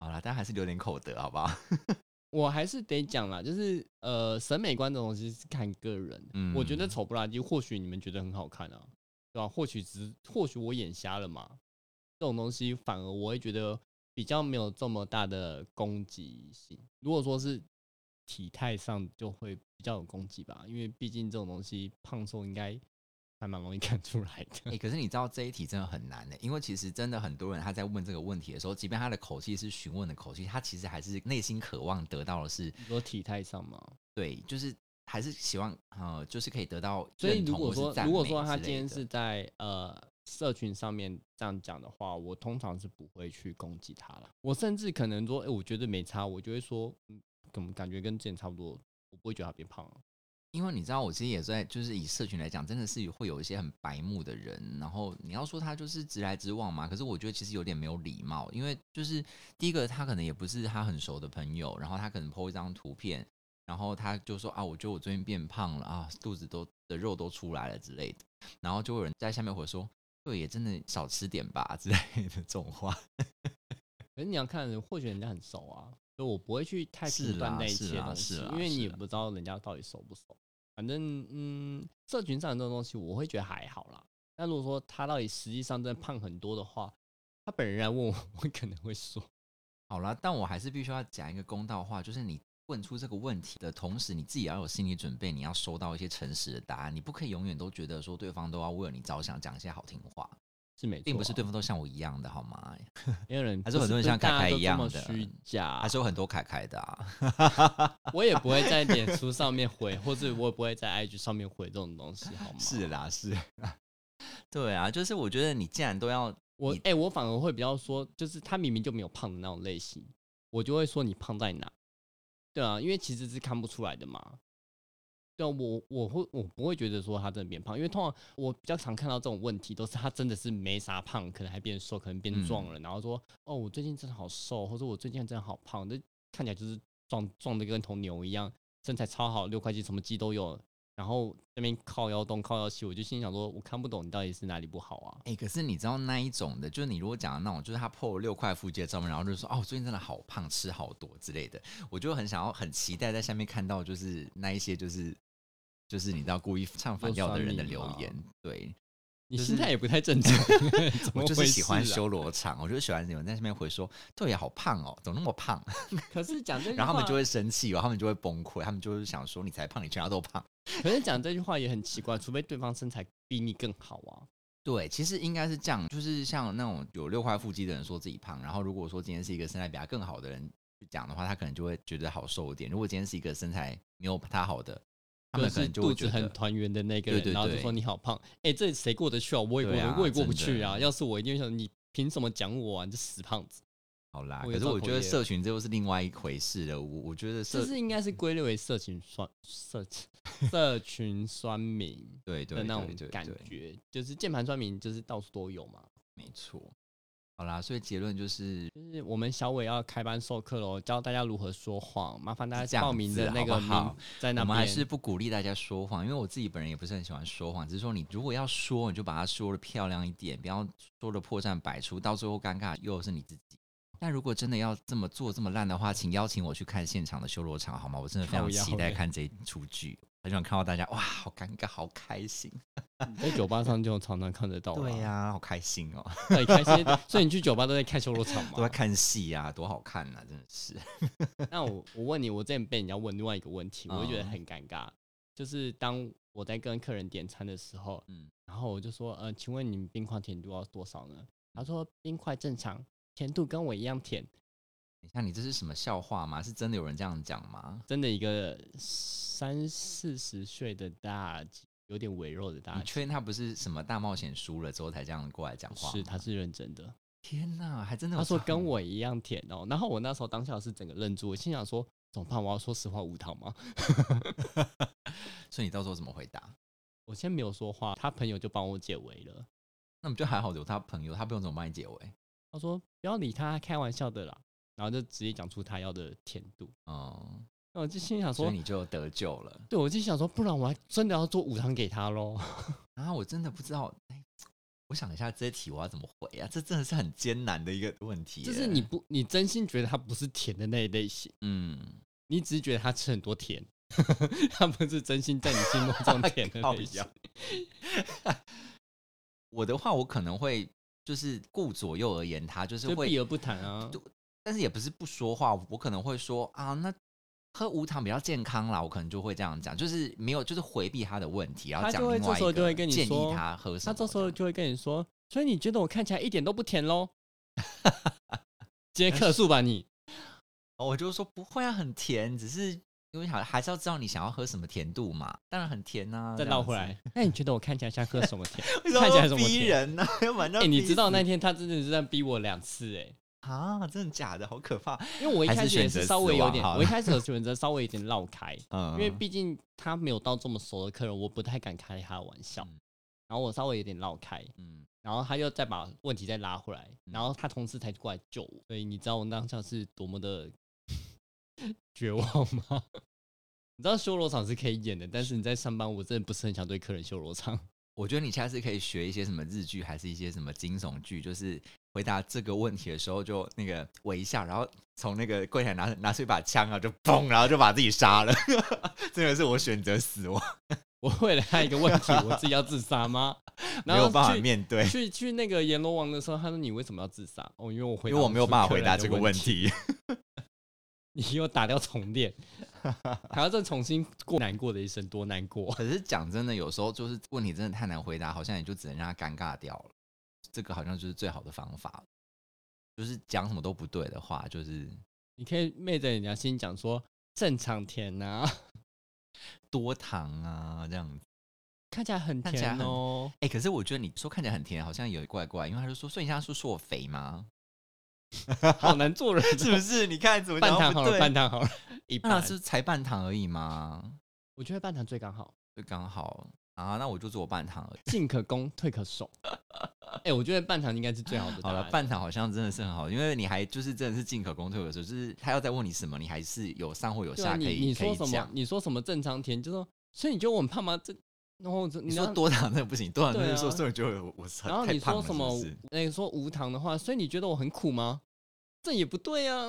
Speaker 1: 好啦，但还是留点口德好不好？
Speaker 2: 我还是得讲啦，就是呃，审美观这种东西是看个人。
Speaker 1: 嗯
Speaker 2: 我觉得丑不拉几，或许你们觉得很好看啊，对吧、或许只是或许我眼瞎了嘛，这种东西反而我会觉得比较没有这么大的攻击性。如果说是体态上，就会比较有攻击吧，因为毕竟这种东西胖瘦应该还蛮容易 <laughs> 看出来
Speaker 1: 哎、
Speaker 2: 的。
Speaker 1: 可是你知道这一题真的很难欸的、因为其实真的很多人他在问这个问题的时候，即便他的口气是询问的口气，他其实还是内心渴望得到的是
Speaker 2: 你说体态上嘛，
Speaker 1: 对，就是还是希望呃，就是可以得到
Speaker 2: 所以
Speaker 1: 认
Speaker 2: 如
Speaker 1: 同
Speaker 2: 果
Speaker 1: 或是
Speaker 2: 说
Speaker 1: 赞
Speaker 2: 如果
Speaker 1: 美
Speaker 2: 说
Speaker 1: 之
Speaker 2: 他
Speaker 1: 类
Speaker 2: 今
Speaker 1: 的
Speaker 2: 天是在呃社群上面这样讲的话，我通常是不会去攻击他了。我甚至可能说，哎、我觉得没差，我就会说，嗯，怎么感觉跟之前差不多，我不会觉得他变胖了。
Speaker 1: 因为你知道，我其实也在，就是以社群来讲，真的是会有一些很白目的人。然后你要说他就是直来直往嘛，可是我觉得其实有点没有礼貌，因为就是第一个，他可能也不是他很熟的朋友，然后他可能 po 一张图片，然后他就说啊，我觉得我最近变胖了啊，肚子都的肉都出来了之类的，然后就会有人在下面回说，对，也真的少吃点吧之类的这种话。
Speaker 2: 可是你要看，或许人家很熟啊，所以我不会去太
Speaker 1: 是
Speaker 2: 评断
Speaker 1: 啦
Speaker 2: 那一
Speaker 1: 是
Speaker 2: 些
Speaker 1: 啦
Speaker 2: 东
Speaker 1: 是
Speaker 2: 西，
Speaker 1: 啦
Speaker 2: 因为
Speaker 1: 是
Speaker 2: 你也
Speaker 1: 啦
Speaker 2: 不知道人家到底熟不熟。反正嗯，社群上的这种东西，我会觉得还好啦。但如果说他到底实际上真的胖很多的话，他本人来问我， <laughs> 我可能会说。
Speaker 1: 好啦，但我还是必须要讲一个公道话，就是你问出这个问题的同时，你自己也要有心理准备，你要收到一些诚实的答案，你不可以永远都觉得说对方都要为了你着想，讲一些好听话，
Speaker 2: 是没错啊、
Speaker 1: 并不是对方都像我一样的好吗？
Speaker 2: 没有人
Speaker 1: 还是很多人
Speaker 2: 不
Speaker 1: 像
Speaker 2: 大家
Speaker 1: 凯凯
Speaker 2: 都
Speaker 1: 一
Speaker 2: 这
Speaker 1: 样
Speaker 2: 么
Speaker 1: 的
Speaker 2: 虚假，
Speaker 1: 还是有很多凯凯的啊， <laughs>
Speaker 2: 我也不会在脸书上面回，或者我也不会在 IG 上面回这种东西，好吗？
Speaker 1: 是啦是 <laughs> 啦，对啊，就是我觉得你既然都要
Speaker 2: 我
Speaker 1: 你
Speaker 2: 哎、我反而会比较说，就是他明明就没有胖的那种类型，我就会说你胖在哪？对啊，因为其实是看不出来的嘛。对啊，我我会我不会觉得说他真的变胖，因为通常我比较常看到这种问题，都是他真的是没啥胖，可能还变瘦，可能变壮了，然后说哦我最近真的好瘦，或者我最近真的好胖，这看起来就是壮壮的跟头牛一样，身材超好，六块肌什么肌都有，然后那边靠腰东靠腰西，我就心想说我看不懂你到底是哪里不好啊。
Speaker 1: 哎、可是你知道那一种的，就是你如果讲的那种，就是他破了六块腹肌的照片，然后就说哦，我最近真的好胖，吃好多之类的，我就很想要很期待在下面看到，就是那一些就是就是你知道故意唱反调的人的留言，对
Speaker 2: 你
Speaker 1: 就
Speaker 2: 心
Speaker 1: 是
Speaker 2: 态也不太正常， <laughs> 怎
Speaker 1: 我
Speaker 2: 么
Speaker 1: 就是
Speaker 2: 回
Speaker 1: 喜欢
Speaker 2: 事啊
Speaker 1: 修。罗场，我就喜欢有人在下面回说，对呀，好胖哦，怎么那么胖？
Speaker 2: 可是讲这句话，
Speaker 1: 然后他们就会生气哦，他们就会崩溃，他们就会想说你才胖，你全家都胖。
Speaker 2: 可是讲这句话也很奇怪，除非对方身材比你更好啊。
Speaker 1: 对，其实应该是这样，就是像那种有六块腹肌的人说自己胖，然后如果说今天是一个身材比他更好的人去讲的话，他可能就会觉得好瘦一点。如果今天是一个身材没有他好的，他们可
Speaker 2: 是
Speaker 1: 能就会
Speaker 2: 肚
Speaker 1: 觉得
Speaker 2: 子很团圆的那个人，
Speaker 1: 对对
Speaker 2: 然后就
Speaker 1: 对
Speaker 2: 说你好胖，哎、这谁过得去啊？我也过
Speaker 1: 对
Speaker 2: 得，
Speaker 1: 啊
Speaker 2: 我也过不
Speaker 1: 真的
Speaker 2: 去啊。要是我一定会想，你凭什么讲我啊？你这死胖子！
Speaker 1: 好啦。
Speaker 2: 我
Speaker 1: 可
Speaker 2: 有
Speaker 1: 是
Speaker 2: 照
Speaker 1: 我
Speaker 2: 口
Speaker 1: 觉得
Speaker 2: 业
Speaker 1: 社群这又是另外一回事了。我我觉得社、
Speaker 2: 这是应该是归类为社群酸社社群酸民
Speaker 1: 对
Speaker 2: 的
Speaker 1: 对
Speaker 2: 那
Speaker 1: 对
Speaker 2: 种
Speaker 1: 对
Speaker 2: 感
Speaker 1: 对，
Speaker 2: 觉，就是键盘酸民，就是到处都有嘛。
Speaker 1: 没错。好啦，所以结论就是
Speaker 2: 就是我们小伟要开班授课喽，教大家如何说谎，麻烦大
Speaker 1: 是这
Speaker 2: 家
Speaker 1: 样
Speaker 2: 报名的
Speaker 1: 子
Speaker 2: 那
Speaker 1: 好不
Speaker 2: 个
Speaker 1: 好
Speaker 2: 名在那
Speaker 1: 我们
Speaker 2: 边。
Speaker 1: 还是不鼓励大家说谎，因为我自己本人也不是很喜欢说谎，只是说你如果要说，你就把它说的漂亮一点，不要说的破绽百出，到最后尴尬又是你自己。但如果真的要这么做这么烂的话，请邀请我去看现场的修罗场好吗？我真的非常
Speaker 2: 靠腰
Speaker 1: 期待
Speaker 2: 嘞
Speaker 1: 看这一出剧，很喜欢看到大家哇，好尴尬，好开心。
Speaker 2: 在酒吧上就常常看得到啦。啊
Speaker 1: 对呀、好开心哦，
Speaker 2: 那你开心，所以你去酒吧都在看修罗场
Speaker 1: 都在
Speaker 2: 嘛？
Speaker 1: 看戏啊，多好看啊，真的是。 <laughs>
Speaker 2: 那我我问你，我之前被人家问另外一个问题，我就觉得
Speaker 1: 嗯
Speaker 2: 很尴尬，就是当我在跟客人点餐的时候，
Speaker 1: 嗯
Speaker 2: 然后我就说，呃，请问你们冰块甜度要多少呢？他说冰块正常，甜度跟我一样甜。
Speaker 1: 你看你这是什么笑话吗？是真的有人这样讲吗？
Speaker 2: 真的一个三四十岁的大姐，有点微弱的大
Speaker 1: 你
Speaker 2: 姐。
Speaker 1: 确定他不是什么大冒险输了之后才这样过来讲话吗？
Speaker 2: 是，他是认真的。
Speaker 1: 天呐，还真的有
Speaker 2: 他说
Speaker 1: 差
Speaker 2: 跟
Speaker 1: 呢
Speaker 2: 我一样甜哦，然后我那时候当下是整个愣住，我心想说怎么办？我要说实话无糖吗？
Speaker 1: 所以你到时候怎么回答？
Speaker 2: 我先没有说话，他朋友就帮我解围了。
Speaker 1: 那不就还好有他朋友，他不用怎么帮你欸解围？
Speaker 2: 他说不要理他，开玩笑的啦，然后就直接讲出他要的甜度。
Speaker 1: 嗯，
Speaker 2: 那我就心想
Speaker 1: 所
Speaker 2: 说
Speaker 1: 以，你就得救了。
Speaker 2: 对我就想说，不然我还真的要做无糖给他喽。
Speaker 1: 然啊后我真的不知道，哎，我想一下这一题我要怎么回啊？这真的是很艰难的一个问题耶。欸
Speaker 2: 就是你不，你真心觉得他不是甜的那一类型， <laughs>
Speaker 1: 嗯，
Speaker 2: 你只是觉得他吃很多甜， <laughs> 他不是真心在你心目
Speaker 1: <laughs>
Speaker 2: 中甜的
Speaker 1: 靠
Speaker 2: 类型
Speaker 1: 腰。 <laughs> 我的话，我可能会就是顾左右而言他，就是
Speaker 2: 就
Speaker 1: 会
Speaker 2: 避而不谈啊。
Speaker 1: 就但是也不是不说话，我可能会说啊，那喝无糖比较健康啦，我可能就会这样讲，就是没有，就是回避他的问题，然后
Speaker 2: 他
Speaker 1: 讲
Speaker 2: 就会
Speaker 1: 另
Speaker 2: 这
Speaker 1: 外
Speaker 2: 时候
Speaker 1: 一
Speaker 2: 就会
Speaker 1: 个
Speaker 2: 跟你
Speaker 1: 建议
Speaker 2: 说
Speaker 1: 他喝什
Speaker 2: 他
Speaker 1: 么。
Speaker 2: 这时候就会跟你说，所以你觉得我看起来一点都不甜喽？ <laughs> 接客诉吧你，
Speaker 1: 哦我就说不会啊，很甜，只是因为好还是要知道你想要喝什么甜度嘛，当然很甜啊。
Speaker 2: 再
Speaker 1: 这
Speaker 2: 绕
Speaker 1: 样
Speaker 2: 回
Speaker 1: 子，
Speaker 2: 来。 <laughs> 那你觉得我看起来像喝什么 <laughs> 甜？
Speaker 1: 为什
Speaker 2: 看起来
Speaker 1: 么
Speaker 2: 怎
Speaker 1: 要
Speaker 2: 么
Speaker 1: 逼
Speaker 2: 甜
Speaker 1: 人呢、 <laughs> 要不然就
Speaker 2: 哎、
Speaker 1: 要
Speaker 2: 你
Speaker 1: 逼
Speaker 2: 知道
Speaker 1: 死
Speaker 2: 那天他真的是在逼我两次哎、
Speaker 1: 啊，真的假的？好可怕。
Speaker 2: 因为我一
Speaker 1: 还是
Speaker 2: 开始也
Speaker 1: 选
Speaker 2: 是
Speaker 1: 择
Speaker 2: 稍
Speaker 1: 死
Speaker 2: 微有
Speaker 1: 亡
Speaker 2: 点，
Speaker 1: 好
Speaker 2: 我一
Speaker 1: 了
Speaker 2: 开始有选择稍微有点绕开，
Speaker 1: 嗯，
Speaker 2: <laughs> 因为毕竟他没有到这么熟的客人，我不太敢开他的玩笑
Speaker 1: 嗯。
Speaker 2: 然后我稍微有点绕开，
Speaker 1: 嗯
Speaker 2: 然后他又再把问题再拉回来，然后他同事才过来救我。所以你知道我当下是多么的 <laughs> 绝望吗？ <laughs> 你知道修罗场是可以演的，但是你在上班，我真的不是很想对客人修罗场。 <laughs>
Speaker 1: 我觉得你下次可以学一些什么日剧，还是一些什么惊悚剧，就是回答这个问题的时候就那个围一下，然后从那个柜台拿拿出一把枪啊，就嘣，然后就把自己杀了。 <laughs> 真的是我选择死亡，
Speaker 2: 我为了他一个问题，我自己要自杀吗？
Speaker 1: 没
Speaker 2: 然后
Speaker 1: 有办法
Speaker 2: 去
Speaker 1: 面对，
Speaker 2: 去去那个阎罗王的时候，他说你为什么要自杀？哦，因为我回
Speaker 1: 因
Speaker 2: 答
Speaker 1: 为我没有
Speaker 2: 不出
Speaker 1: 办法
Speaker 2: 客
Speaker 1: 回
Speaker 2: 人
Speaker 1: 答
Speaker 2: 的
Speaker 1: 这个问
Speaker 2: 题，
Speaker 1: 题。
Speaker 2: <laughs> 你又打掉重练，还要再重新过难过的一生，多难过！
Speaker 1: <laughs> 可是讲真的，有时候就是问题真的太难回答，好像也就只能让他尴尬掉了。这个好像就是最好的方法了，就是讲什么都不对的话，就是
Speaker 2: 你可以昧着人家心讲说正常啊甜呐、
Speaker 1: 多糖啊这样子。
Speaker 2: 看起来很
Speaker 1: 看起来
Speaker 2: 甜
Speaker 1: 很
Speaker 2: 哦。 <laughs>
Speaker 1: 哎、可是我觉得你说看起来很甜，好像有点怪怪，因为他就说，所以你现在说说我肥吗？
Speaker 2: 好难做人哦，
Speaker 1: <laughs> 是不是？你看怎么
Speaker 2: <laughs> 半
Speaker 1: 讲
Speaker 2: 糖
Speaker 1: 不
Speaker 2: 好了，
Speaker 1: 对
Speaker 2: 半糖好了，一
Speaker 1: 那
Speaker 2: 半。
Speaker 1: 是才半糖而已吗？
Speaker 2: 我觉得半糖最刚好，
Speaker 1: 就刚好啊，那我就做半糖而已。
Speaker 2: 进可攻，退
Speaker 1: <laughs>
Speaker 2: 可守。哎、我觉得半糖应该是最好的答
Speaker 1: 好
Speaker 2: 案。
Speaker 1: 了，半糖好像真的是很好，因为你还就是真的是进可攻退可守，就是他要再问你什么，你还是有上或有
Speaker 2: 对啊，
Speaker 1: 下可
Speaker 2: 你
Speaker 1: 以、
Speaker 2: 你
Speaker 1: 可
Speaker 2: 说
Speaker 1: 以
Speaker 2: 什么
Speaker 1: 讲？。
Speaker 2: 你说什么正常甜，就说所以你觉得我很胖吗？这然后我就
Speaker 1: 你
Speaker 2: 你
Speaker 1: 说
Speaker 2: 要
Speaker 1: 多糖真的不行，多糖真的
Speaker 2: 对啊
Speaker 1: 说，所以我觉得我我是
Speaker 2: 然后
Speaker 1: 太
Speaker 2: 你
Speaker 1: 胖
Speaker 2: 说
Speaker 1: 了，
Speaker 2: 什么
Speaker 1: 是不是？？
Speaker 2: 那、你说无糖的话，所以你觉得我很苦吗？这也不对啊。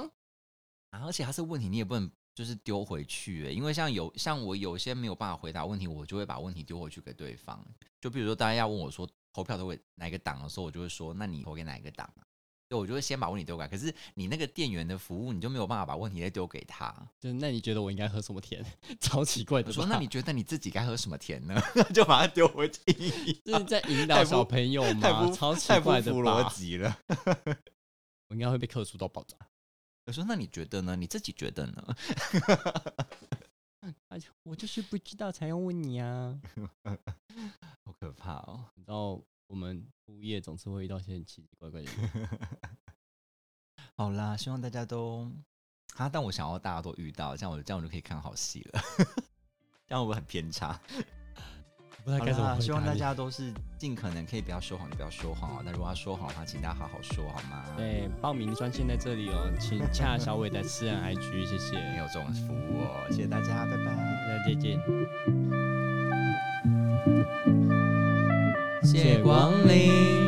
Speaker 1: 啊，而且他是问题，你也不能就是丢回去欸、因为像有像我有些没有办法回答问题，我就会把问题丢回去给对方。就比如说大家要问我说投票都会哪一个党的时候，我就会说那你投给哪一个党啊？对，我就会先把问题丢给他。可是你那个店员的服务，你就没有办法把问题再丢给他。
Speaker 2: 就那你觉得我应该喝什
Speaker 1: <laughs>
Speaker 2: 么甜？超奇怪的
Speaker 1: 我
Speaker 2: 吧。
Speaker 1: 说那 <laughs> 你觉得你自己该喝什么甜呢？ <laughs> 就把它丢
Speaker 2: <laughs>
Speaker 1: 回去，
Speaker 2: 这是在引导
Speaker 1: 太不
Speaker 2: 小朋友
Speaker 1: 太
Speaker 2: 吗？
Speaker 1: 不
Speaker 2: 超奇
Speaker 1: 太不
Speaker 2: 怪的
Speaker 1: 符逻
Speaker 2: 吧？
Speaker 1: 辑了。
Speaker 2: 我应该会被克数到爆炸。
Speaker 1: 我说那你觉得呢？你自己觉得呢？
Speaker 2: 而且我就是不知道才要问你啊。
Speaker 1: 好可怕哦！
Speaker 2: <laughs> 你知道我们物业总是会遇到一些很奇奇怪怪的 <laughs> 人。
Speaker 1: 好啦，希望大家都啊，但我想要大家都遇到，这样我这样我就可以看好戏了，这样会不会很偏差？
Speaker 2: 不知道
Speaker 1: 好
Speaker 2: 该怎么
Speaker 1: 啦，
Speaker 2: 回
Speaker 1: 希望
Speaker 2: 答
Speaker 1: 大
Speaker 2: 你
Speaker 1: 家都是尽可能可以不要说谎，就不要说谎哦。但如果要说谎的话，请大家好好说好吗？
Speaker 2: <laughs> 对报名专线在这里哦，请洽小伟的私人 IG，谢谢，
Speaker 1: 没有这种服务哦，谢谢大家，拜拜。
Speaker 2: 那再见。
Speaker 1: 谢谢光临。